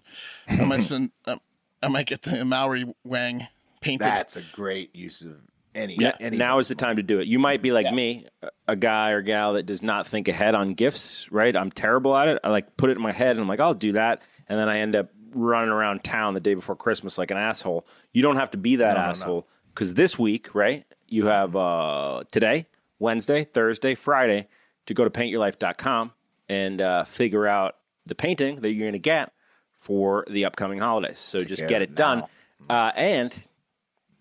S3: I might send I, I might get the Maori Wang painted.
S1: That's a great use of any.
S2: Yeah,
S1: any
S2: now is the time to do it. You might be like me, a- a guy or gal that does not think ahead on gifts, right? I'm terrible at it. I like put it in my head and I'm like, I'll do that. And then I end up running around town the day before Christmas like an asshole. You don't have to be that asshole because this week, right? You have uh, today, Wednesday, Thursday, Friday to go to paintyourlife.com and uh, figure out the painting that you're going to get for the upcoming holidays. So just get it done. Uh, and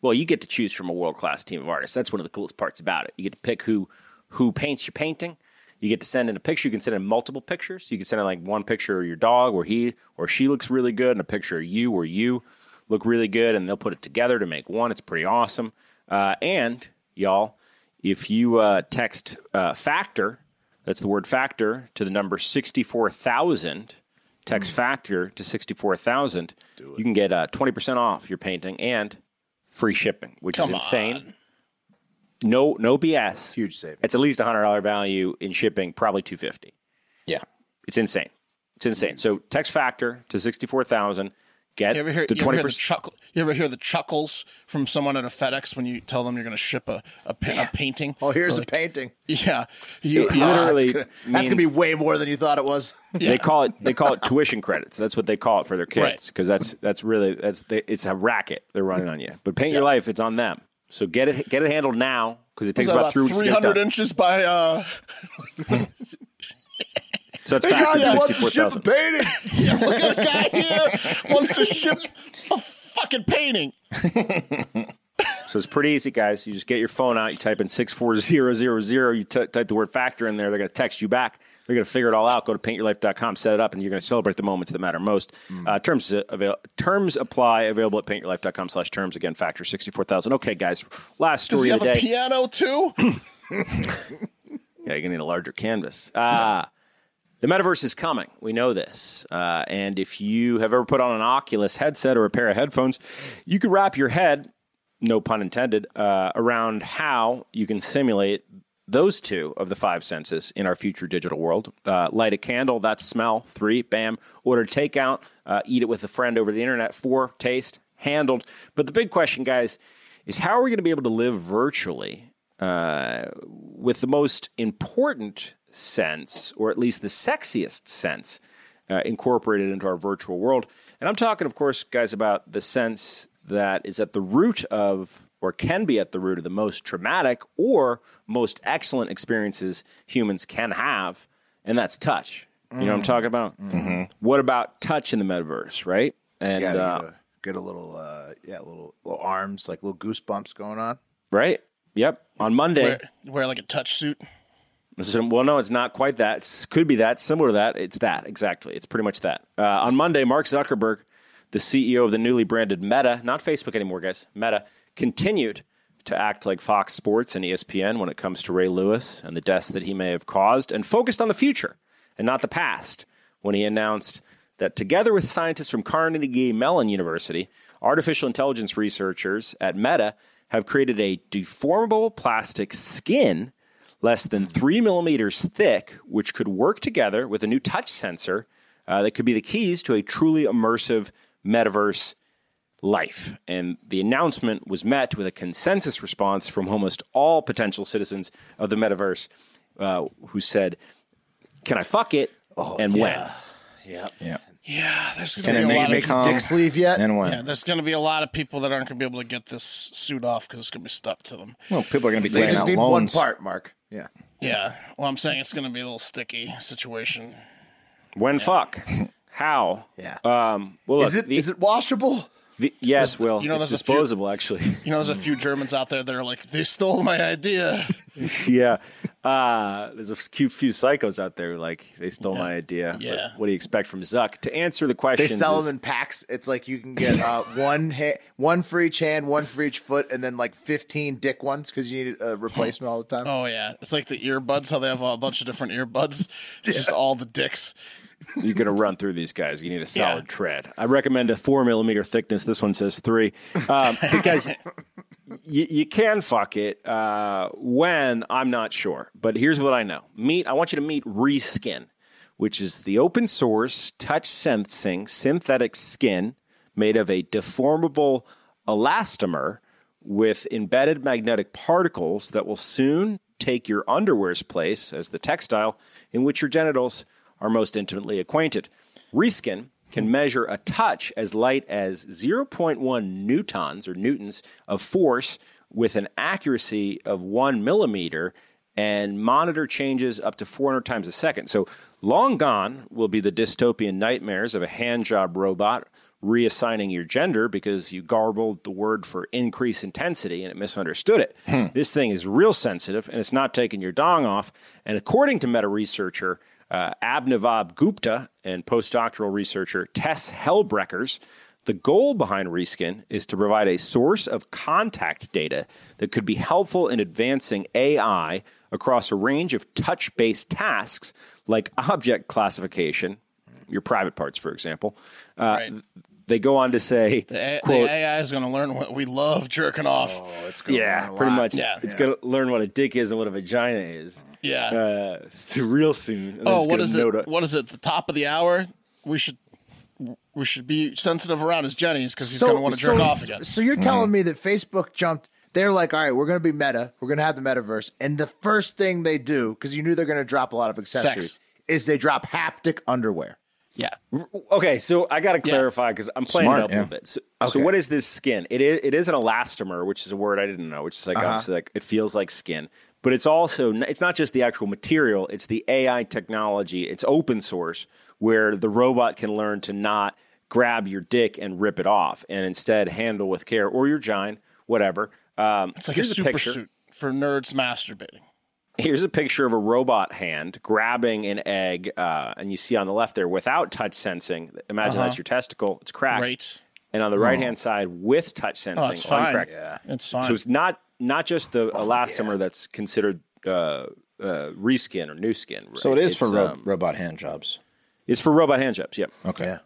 S2: well, you get to choose from a world class team of artists. That's one of the coolest parts about it. You get to pick who who paints your painting. You get to send in a picture. You can send in multiple pictures. You can send in like one picture of your dog where he or she looks really good, and a picture of you where you look really good, and they'll put it together to make one. It's pretty awesome. Uh, and y'all, if you uh, text uh, factor, that's the word factor to the number sixty four thousand text
S3: Hmm.
S2: factor to 64,000, you can get uh, 20% off your painting and free shipping, which is
S3: Come
S2: insane. No no BS.
S1: huge saving.
S2: It's at least a $100 value in shipping, probably 250.
S4: Yeah.
S2: It's insane. It's insane. So text factor to 64,000, get
S3: You ever hear
S2: the
S3: you ever
S2: 20%
S3: hear the chuckle? You ever hear the chuckles from someone at a FedEx when you tell them you're going to ship a a, pa- a painting?
S1: Oh, here's
S3: Like,
S1: a painting.
S3: yeah. You,
S2: It literally
S1: that's gonna, that's gonna
S2: means-
S1: be way more than you thought it was.
S2: They call it they call it tuition credits. That's what they call it for their kids
S3: Right.
S2: because that's that's really that's they, it's a racket they're running on you. But paint your life, it's on them. So get it get it handled now because it takes about, three weeks. to
S3: three
S2: get it
S3: hundred
S2: done.
S3: inches by uh.
S2: So that's
S1: Hey guys,
S2: factor
S1: who wants
S2: sixty
S1: to
S2: four
S1: ship a
S2: thousand.
S1: painting?
S3: Yeah, look at the guy here wants to ship a fucking painting.
S2: So it's pretty easy, guys. You just get your phone out, you type in 64000, you t- type the word factor in there, they're going to text you back. They're going to figure it all out. Go to paintyourlife.com, set it up, and you're going to celebrate the moments that matter most.
S3: Mm.
S2: Uh, terms avail- terms apply, available at paintyourlife.com slash terms. Again, factor 64000. Okay, guys, last
S3: Does
S2: story
S3: he
S2: of
S3: have
S2: the
S3: a
S2: day.
S3: piano too?
S2: Yeah, you're gonna need a larger canvas. Uh, the metaverse is coming. We know this. Uh, and if you have ever put on an Oculus headset or a pair of headphones, you could wrap your head, no pun intended, uh, around how you can simulate those two of the five senses in our future digital world. Uh, light a candle, that's smell. Three, bam. Order takeout, uh, eat it with a friend over the internet. Four, taste, handled. But the big question, guys, is how are we going to be able to live virtually with the most important sense, or at least the sexiest sense, uh, incorporated into our virtual world. And I'm talking, of course, guys, about the sense that is at the root of, or can be at the root of, the most traumatic or most excellent experiences humans can have, and that's touch. You know what I'm talking about? What about touch in the metaverse, right? And
S1: Yeah,
S2: uh,
S1: get, a, get a little, uh, yeah, little, little arms, like little goosebumps going on.
S2: right, yep. On Monday,
S3: Wear, wear like a touch suit.
S2: So, well, no, it's not quite that. It's, could be that, similar to that. It's that, exactly. It's pretty much that. Uh, on Monday, Mark Zuckerberg, the CEO of the newly branded Meta, not Facebook anymore, guys, Meta, continued to act like Fox Sports and E ESPN when it comes to Ray Lewis and the deaths that he may have caused and focused on the future and not the past when he announced that together with scientists from Carnegie Mellon University, artificial intelligence researchers at Meta have created a deformable plastic skin less than three millimeters thick, which could work together with a new touch sensor uh, that could be the keys to a truly immersive metaverse life. And the announcement was met with a consensus response from almost all potential citizens of the metaverse uh, who said, Can I fuck it? and when?
S3: Yeah, there's
S4: And
S3: gonna
S4: then
S3: be a
S4: they
S3: lot
S4: can
S3: of
S4: become
S1: Dick sleeve yet?
S4: and when.
S3: yeah, there's gonna be a lot of people that aren't gonna be able to get this suit off because it's gonna be stuck to them.
S4: Well, people are going to be
S1: They
S4: taking
S1: just
S4: out
S1: need
S4: loans.
S1: one part, Mark. Yeah,
S3: Yeah. Well, I'm saying it's gonna be a little sticky situation.
S2: When fuck? How?
S1: yeah.
S2: Um, well, look,
S1: is it
S2: the-
S1: is it washable?
S2: the- yes, Will.
S3: you know,
S2: it's
S3: there's a few-
S2: disposable, actually.
S3: You know, there's a few Germans out there that are like, they stole my idea.
S2: yeah. Uh, there's a few, few psychos out there who, like they stole my idea. But
S3: Yeah.
S2: What do you expect from Zuck? To answer the question,
S1: They sell them in packs. It's like you can get uh, one ha- one for each hand, one for each foot, and then like fifteen dick ones because you need a replacement all the time.
S3: Oh yeah, it's like the earbuds. How they have a bunch of different earbuds. It's just all the dicks.
S2: You're going to run through these guys. You need a solid tread. I recommend a four millimeter thickness. This one says three um, because you, you can fuck it uh, when I'm not sure. But here's what I know: meet. I want you to meet Reskin, which is the open source touch sensing synthetic skin made of a deformable elastomer with embedded magnetic particles that will soon take your underwear's place as the textile in which your genitals are most intimately acquainted. Reskin can measure a touch as light as 0.1 newtons or newtons of force with an accuracy of one millimeter and monitor changes up to 400 times a second. So, long gone will be the dystopian nightmares of a hand job robot reassigning your gender because you garbled the word for increase intensity and it misunderstood it. This thing is real sensitive and it's not taking your dong off. And according to meta researcher uh, Abnavab Gupta and postdoctoral researcher Tess Hellbreckers, the goal behind Reskin is to provide a source of contact data that could be helpful in advancing AI across a range of touch based tasks like object classification, your private parts, for example. Uh, th- They go on to say,
S3: A-
S2: quote,
S3: the AI is going to learn what we love jerking off.
S1: It's going
S2: yeah,
S1: on a
S2: pretty
S1: lot.
S2: much. It's,
S3: Yeah.
S2: it's going to learn what a dick is and what a vagina is.
S3: Yeah.
S2: Uh, s- real soon. And then
S3: oh,
S2: it's
S3: what
S2: gonna
S3: is
S2: note
S3: it?
S2: a-
S3: What is it? The top of the hour. We should we should be sensitive around his Jenny's because he's going to want to jerk off again.
S1: So
S4: Mm-hmm.
S1: you're telling me that Facebook jumped. They're like, all right, we're going to be meta. We're going to have the metaverse. And the first thing they do, because you knew they're going to drop a lot of accessories,
S3: Sex.
S1: is they drop haptic underwear.
S3: Yeah.
S2: Okay, so I got to clarify because I'm playing
S4: Smart,
S2: it up a little
S4: yeah.
S2: bit. So, so what is this skin? It is, it is an elastomer, which is a word I didn't know. Which is
S4: Uh-huh.
S2: like obviously like it feels like skin, but it's also n- it's not just the actual material. It's the AI technology. It's open source where the robot can learn to not grab your dick and rip it off, and instead handle with care or your gine, whatever. Um,
S3: It's like
S2: here's
S3: a super
S2: picture.
S3: suit for nerds masturbating.
S2: Here's a picture of a robot hand grabbing an egg, uh, and you see on the left there without touch sensing. Imagine that's your testicle; it's cracked.
S3: Uh-huh. Right.
S2: And on the right hand side with touch
S3: Oh,
S2: sensing,
S3: it's fine.
S2: uncracked.
S3: It's fine. Oh,
S2: So it's not not just the elastomer that's considered uh, uh, reskin or new skin.
S4: So it
S2: right?
S4: is for
S2: It's,
S4: ro-
S2: um,
S4: robot hand jobs.
S2: it's for robot hand jobs. Yep.
S4: Okay.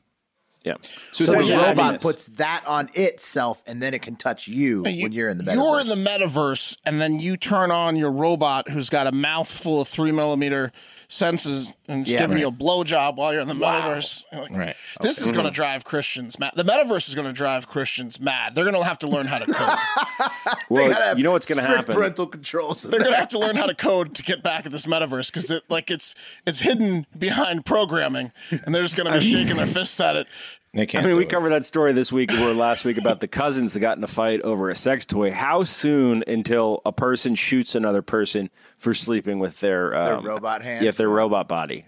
S2: Yeah.
S1: So the
S2: essentially, I mean
S1: robot
S2: this.
S1: puts that on itself, and then it can touch you,
S3: You-
S1: when you're in the metaverse.
S3: You're in the metaverse, and then you turn on your robot who's got a mouthful of three millimeter senses and it's
S1: Yeah,
S3: giving you a blowjob while you're in the metaverse. You're like,
S4: Right.
S3: This is going to drive Christians mad. The metaverse is going to drive Christians mad. They're going to have to learn how to code.
S1: Gotta
S2: Well,
S1: have
S2: you know what's going to
S1: strict
S2: happen.
S1: Parental controls. in
S3: They're
S1: there.
S3: going to have to learn how to code to get back at this metaverse because it, like it's it's hidden behind programming, and they're just going to be shaking their fists at it.
S4: They can't.
S2: I mean,
S4: do
S2: we
S4: it.
S2: covered that story this week or last week about the cousins that got in a fight over a sex toy. How soon until a person shoots another person for sleeping with their, um,
S1: robot hand?
S2: Yeah, their robot body.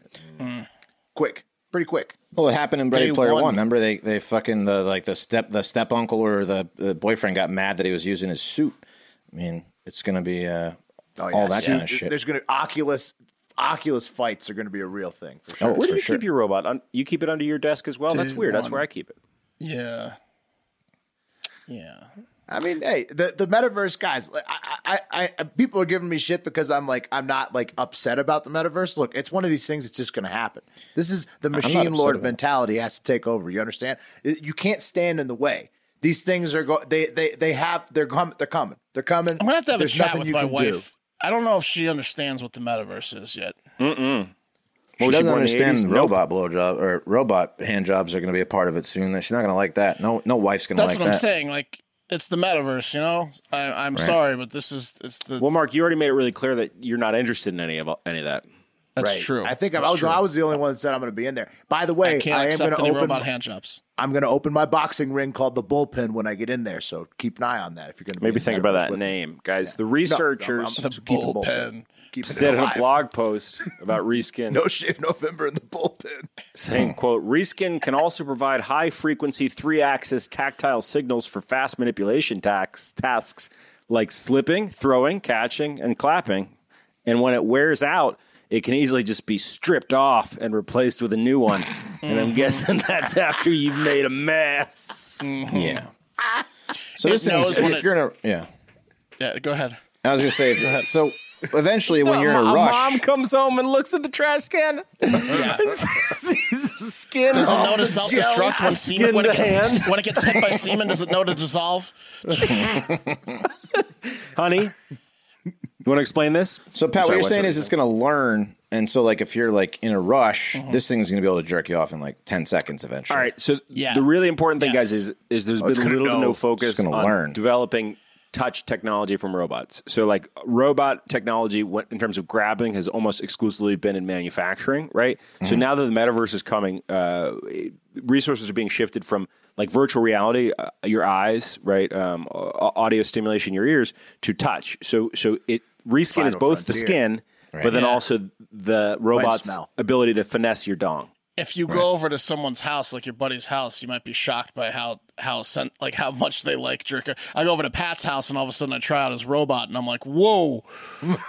S1: quick, pretty quick.
S4: Well, it happened in Ready
S3: Day
S4: Player
S3: one.
S4: One. Remember, they they fucking the like the step the step uncle or the, the boyfriend got mad that he was using his suit. I mean, it's gonna be uh,
S3: Oh,
S4: all that kind of
S1: There-
S4: shit.
S1: Oh, There's going to Oculus Oculus fights are going to be a real thing for sure.
S4: oh,
S2: Where do
S4: for
S2: you
S4: sure.
S2: keep your robot? Un- You keep it under your desk as well. That's
S3: Day
S2: weird. That's
S3: one.
S2: where I keep it.
S3: Yeah, yeah.
S1: I mean, hey, the, the metaverse guys, like, I, I, I, people are giving me shit because I'm like, I'm not like upset about the metaverse. Look, it's one of these things that's just going to happen. This is the machine
S4: upset
S1: lord
S4: about it.
S1: mentality has to take over. You understand? It- You can't stand in the way. These things are going. They, they, they have. They're coming. They're coming. They're coming.
S3: I'm gonna have to have
S1: There's
S3: a chat
S1: nothing
S3: with
S1: you
S3: my
S1: can do.
S3: wife. I don't know if she understands what the metaverse is yet.
S4: She doesn't
S2: born in the 80s?
S4: understand
S2: Nope.
S4: robot blowjob or robot hand jobs are gonna be a part of it soon. She's not gonna like that. No, no wife's gonna
S3: That's
S4: like
S3: what I'm
S4: that.
S3: saying. Like it's the metaverse, you know. I, I'm sorry, but this is it's the
S2: Well, Mark, you already made it really clear that you're not interested in any of any of that.
S3: that's true.
S1: I think I
S3: That's
S1: was.
S3: true.
S1: I was the only one that said I'm going to be in there. By the
S3: I
S1: way,
S3: can't
S1: I, am going
S3: accept
S1: to
S3: any
S1: open.
S3: robot hand jobs.
S1: I'm going to open my boxing ring called the bullpen when I get in there. So keep an eye on that if you're going to
S2: Maybe think about that name, guys. The researchers
S3: The
S1: keep them open.
S3: bullpen.
S1: Keep it
S2: said in a
S1: alive.
S2: blog post about reskin.
S1: No shave November in the bullpen.
S2: saying, quote, Reskin can also provide high frequency three axis tactile signals for fast manipulation tax- tasks like slipping, throwing, catching, and clapping. And when it wears out, it can easily just be stripped off and replaced with a new one. and I'm guessing that's after you've made a mess.
S4: Yeah. So this
S3: It
S4: thing,
S3: knows when
S4: if
S3: it-
S4: you're in a yeah,
S3: Yeah, go ahead.
S4: I was gonna say, if, so eventually, when you're in a,
S2: Mo-
S4: rush,
S2: mom comes home and looks at the trash can and sees the skin.
S3: Does it
S2: off
S3: know to
S2: Oh, the
S3: self
S2: jelly
S3: destruct when semen when it,
S2: skin hand.
S3: gets, when it gets hit by semen? Does it know to dissolve?
S2: Honey, you want to explain this?
S4: So Pat,
S2: I'm sorry,
S4: what you're
S2: what's
S4: saying
S2: it-
S4: is it's going to learn, and so like if you're like in a rush, this thing's going to be able to jerk you off in like ten seconds eventually.
S2: All right. So
S3: Yeah.
S2: the really important thing,
S3: Yes.
S2: guys, is is there's
S1: Oh, it's
S2: been
S1: gonna
S2: little to
S1: know.
S2: no
S1: It's
S2: focus
S4: gonna
S2: on
S4: learn.
S2: developing touch technology from robots. So like robot technology what- in terms of grabbing has almost exclusively been in manufacturing, right?
S1: Mm-hmm.
S2: So now that the metaverse is coming, uh, resources are being shifted from like virtual reality, uh, your eyes, right, um, au- audio stimulation, your ears, to touch. So so it reskin is
S1: Final
S2: both the
S1: frontier.
S2: skin, but then also the robot's
S1: smell.
S2: ability to finesse your dong.
S3: If you go over to someone's house, like your buddy's house, you might be shocked by how how sent, like how much they like jerk. I go over to Pat's house and all of a sudden I try out his robot and I'm like, whoa,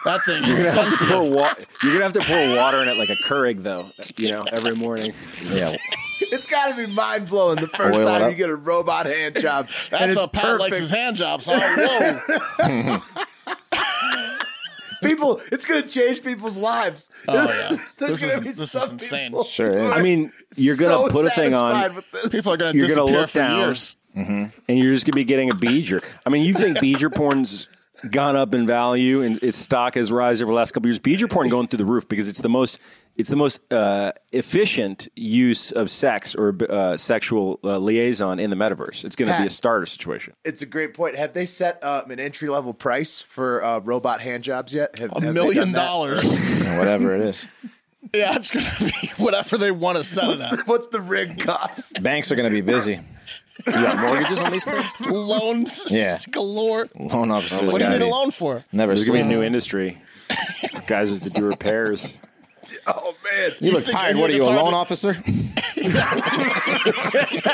S3: that thing is
S2: pour
S3: sensitive.
S2: wa- you're gonna have to pour water in it like a Keurig, though. You know, every morning.
S4: Yeah.
S1: It's got to be mind blowing the first
S4: Oil it
S1: time
S4: up.
S1: you get a robot hand job. and
S3: That's
S1: it's
S3: how Pat likes his
S1: perfect.
S3: hand jobs. Oh, whoa.
S1: People, it's going to change people's lives.
S3: Oh, yeah.
S1: There's
S3: This
S1: going to
S3: is-
S1: be
S3: this is
S1: some
S3: insane.
S1: people.
S4: Sure is.
S1: who are
S2: I mean, you're gonna
S1: so
S2: put a thing
S1: satisfied
S2: on,
S1: with this.
S3: People are going to
S2: You're gonna
S3: disappear
S2: look
S3: for
S2: down.
S3: years.
S2: and you're just gonna be getting a beeger. I mean, you think beeger porn's gone up in value and its stock has risen over the last couple of years? Beeger porn going through the roof because it's the most it's the most uh, efficient use of sex or uh, sexual uh, liaison in the metaverse. It's gonna be a
S1: Pat.
S2: starter situation.
S1: It's a great point. Have they set um, an entry level price for uh, robot hand jobs yet? Have, have they
S3: A
S1: done
S3: million
S1: that?
S3: dollars.
S4: Or whatever it is,
S3: Yeah, it's going to be whatever they want to set it at.
S1: What's the rig cost?
S4: banks are going to be busy.
S2: You got mortgages on these things?
S3: Loans
S4: Yeah.
S3: galore.
S4: Loan officers.
S3: What do you
S4: gotta
S3: need a
S4: be-
S3: loan for?
S4: Never
S2: There's gonna be
S4: sleep.
S2: a new industry. Guys, is to do repairs.
S1: Oh man,
S4: you look
S3: think-
S4: tired.
S3: you
S4: What are
S3: think it's
S4: you, a
S3: hard
S4: loan
S3: to-
S4: officer?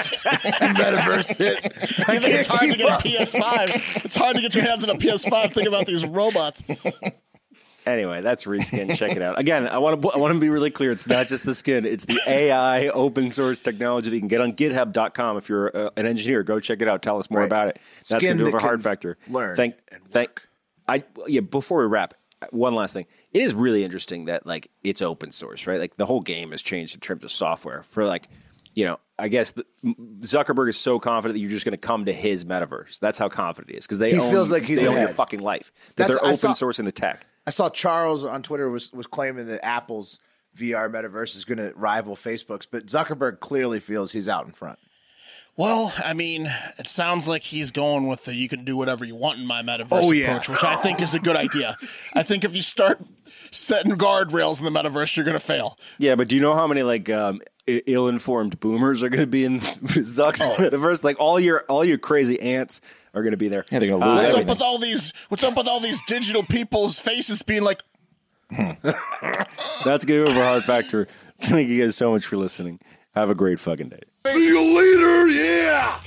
S1: metaverse hit. I
S3: You think it's hard to
S1: keep
S3: get
S1: up.
S3: a PS5. It's hard to get your hands on a PS5. Think about these robots.
S2: Anyway, that's reskin. Check it out. Again, I want to I want to be really clear. It's not just the skin. It's the AI open source technology that you can get on GitHub.com. If you're uh, an engineer, go check it out. Tell us more
S1: Right.
S2: about it. That's
S1: Skin
S2: going to do
S1: that
S2: over hard
S1: can
S2: factor.
S1: learn
S2: Thank.
S1: and
S2: Thank. I yeah. Before we wrap, one last thing. It is really interesting that like it's open source, right? Like the whole game has changed in terms of software for like. You know, I guess the, Zuckerberg is so confident that you're just going to come to his metaverse. That's how confident he is because they
S1: He
S2: own,
S1: feels like he's
S2: they own your
S1: ahead.
S2: fucking life. That
S1: That's-
S2: they're
S1: I
S2: open
S1: saw-
S2: sourcing the tech.
S1: I saw Charles on Twitter was was claiming that Apple's VR metaverse is going to rival Facebook's, but Zuckerberg clearly feels he's out in front.
S3: Well, I mean, it sounds like he's going with the you can do whatever you want in my metaverse
S1: Oh, yeah.
S3: approach, which I think is a good idea. I think if you start setting guardrails in the metaverse, you're going to fail.
S2: Yeah, but do you know how many like um, i- ill-informed boomers are going to be in Zuck's
S4: Oh.
S2: metaverse? Like all your all your crazy ants are going to be there. Uh,
S4: Yeah, they're going to lose
S3: What's up
S4: everything.
S3: with all these? What's up with all these digital people's faces being like?
S2: That's going to be over hard factor. Thank you guys so much for listening. Have a great fucking day.
S6: See you later, yeah!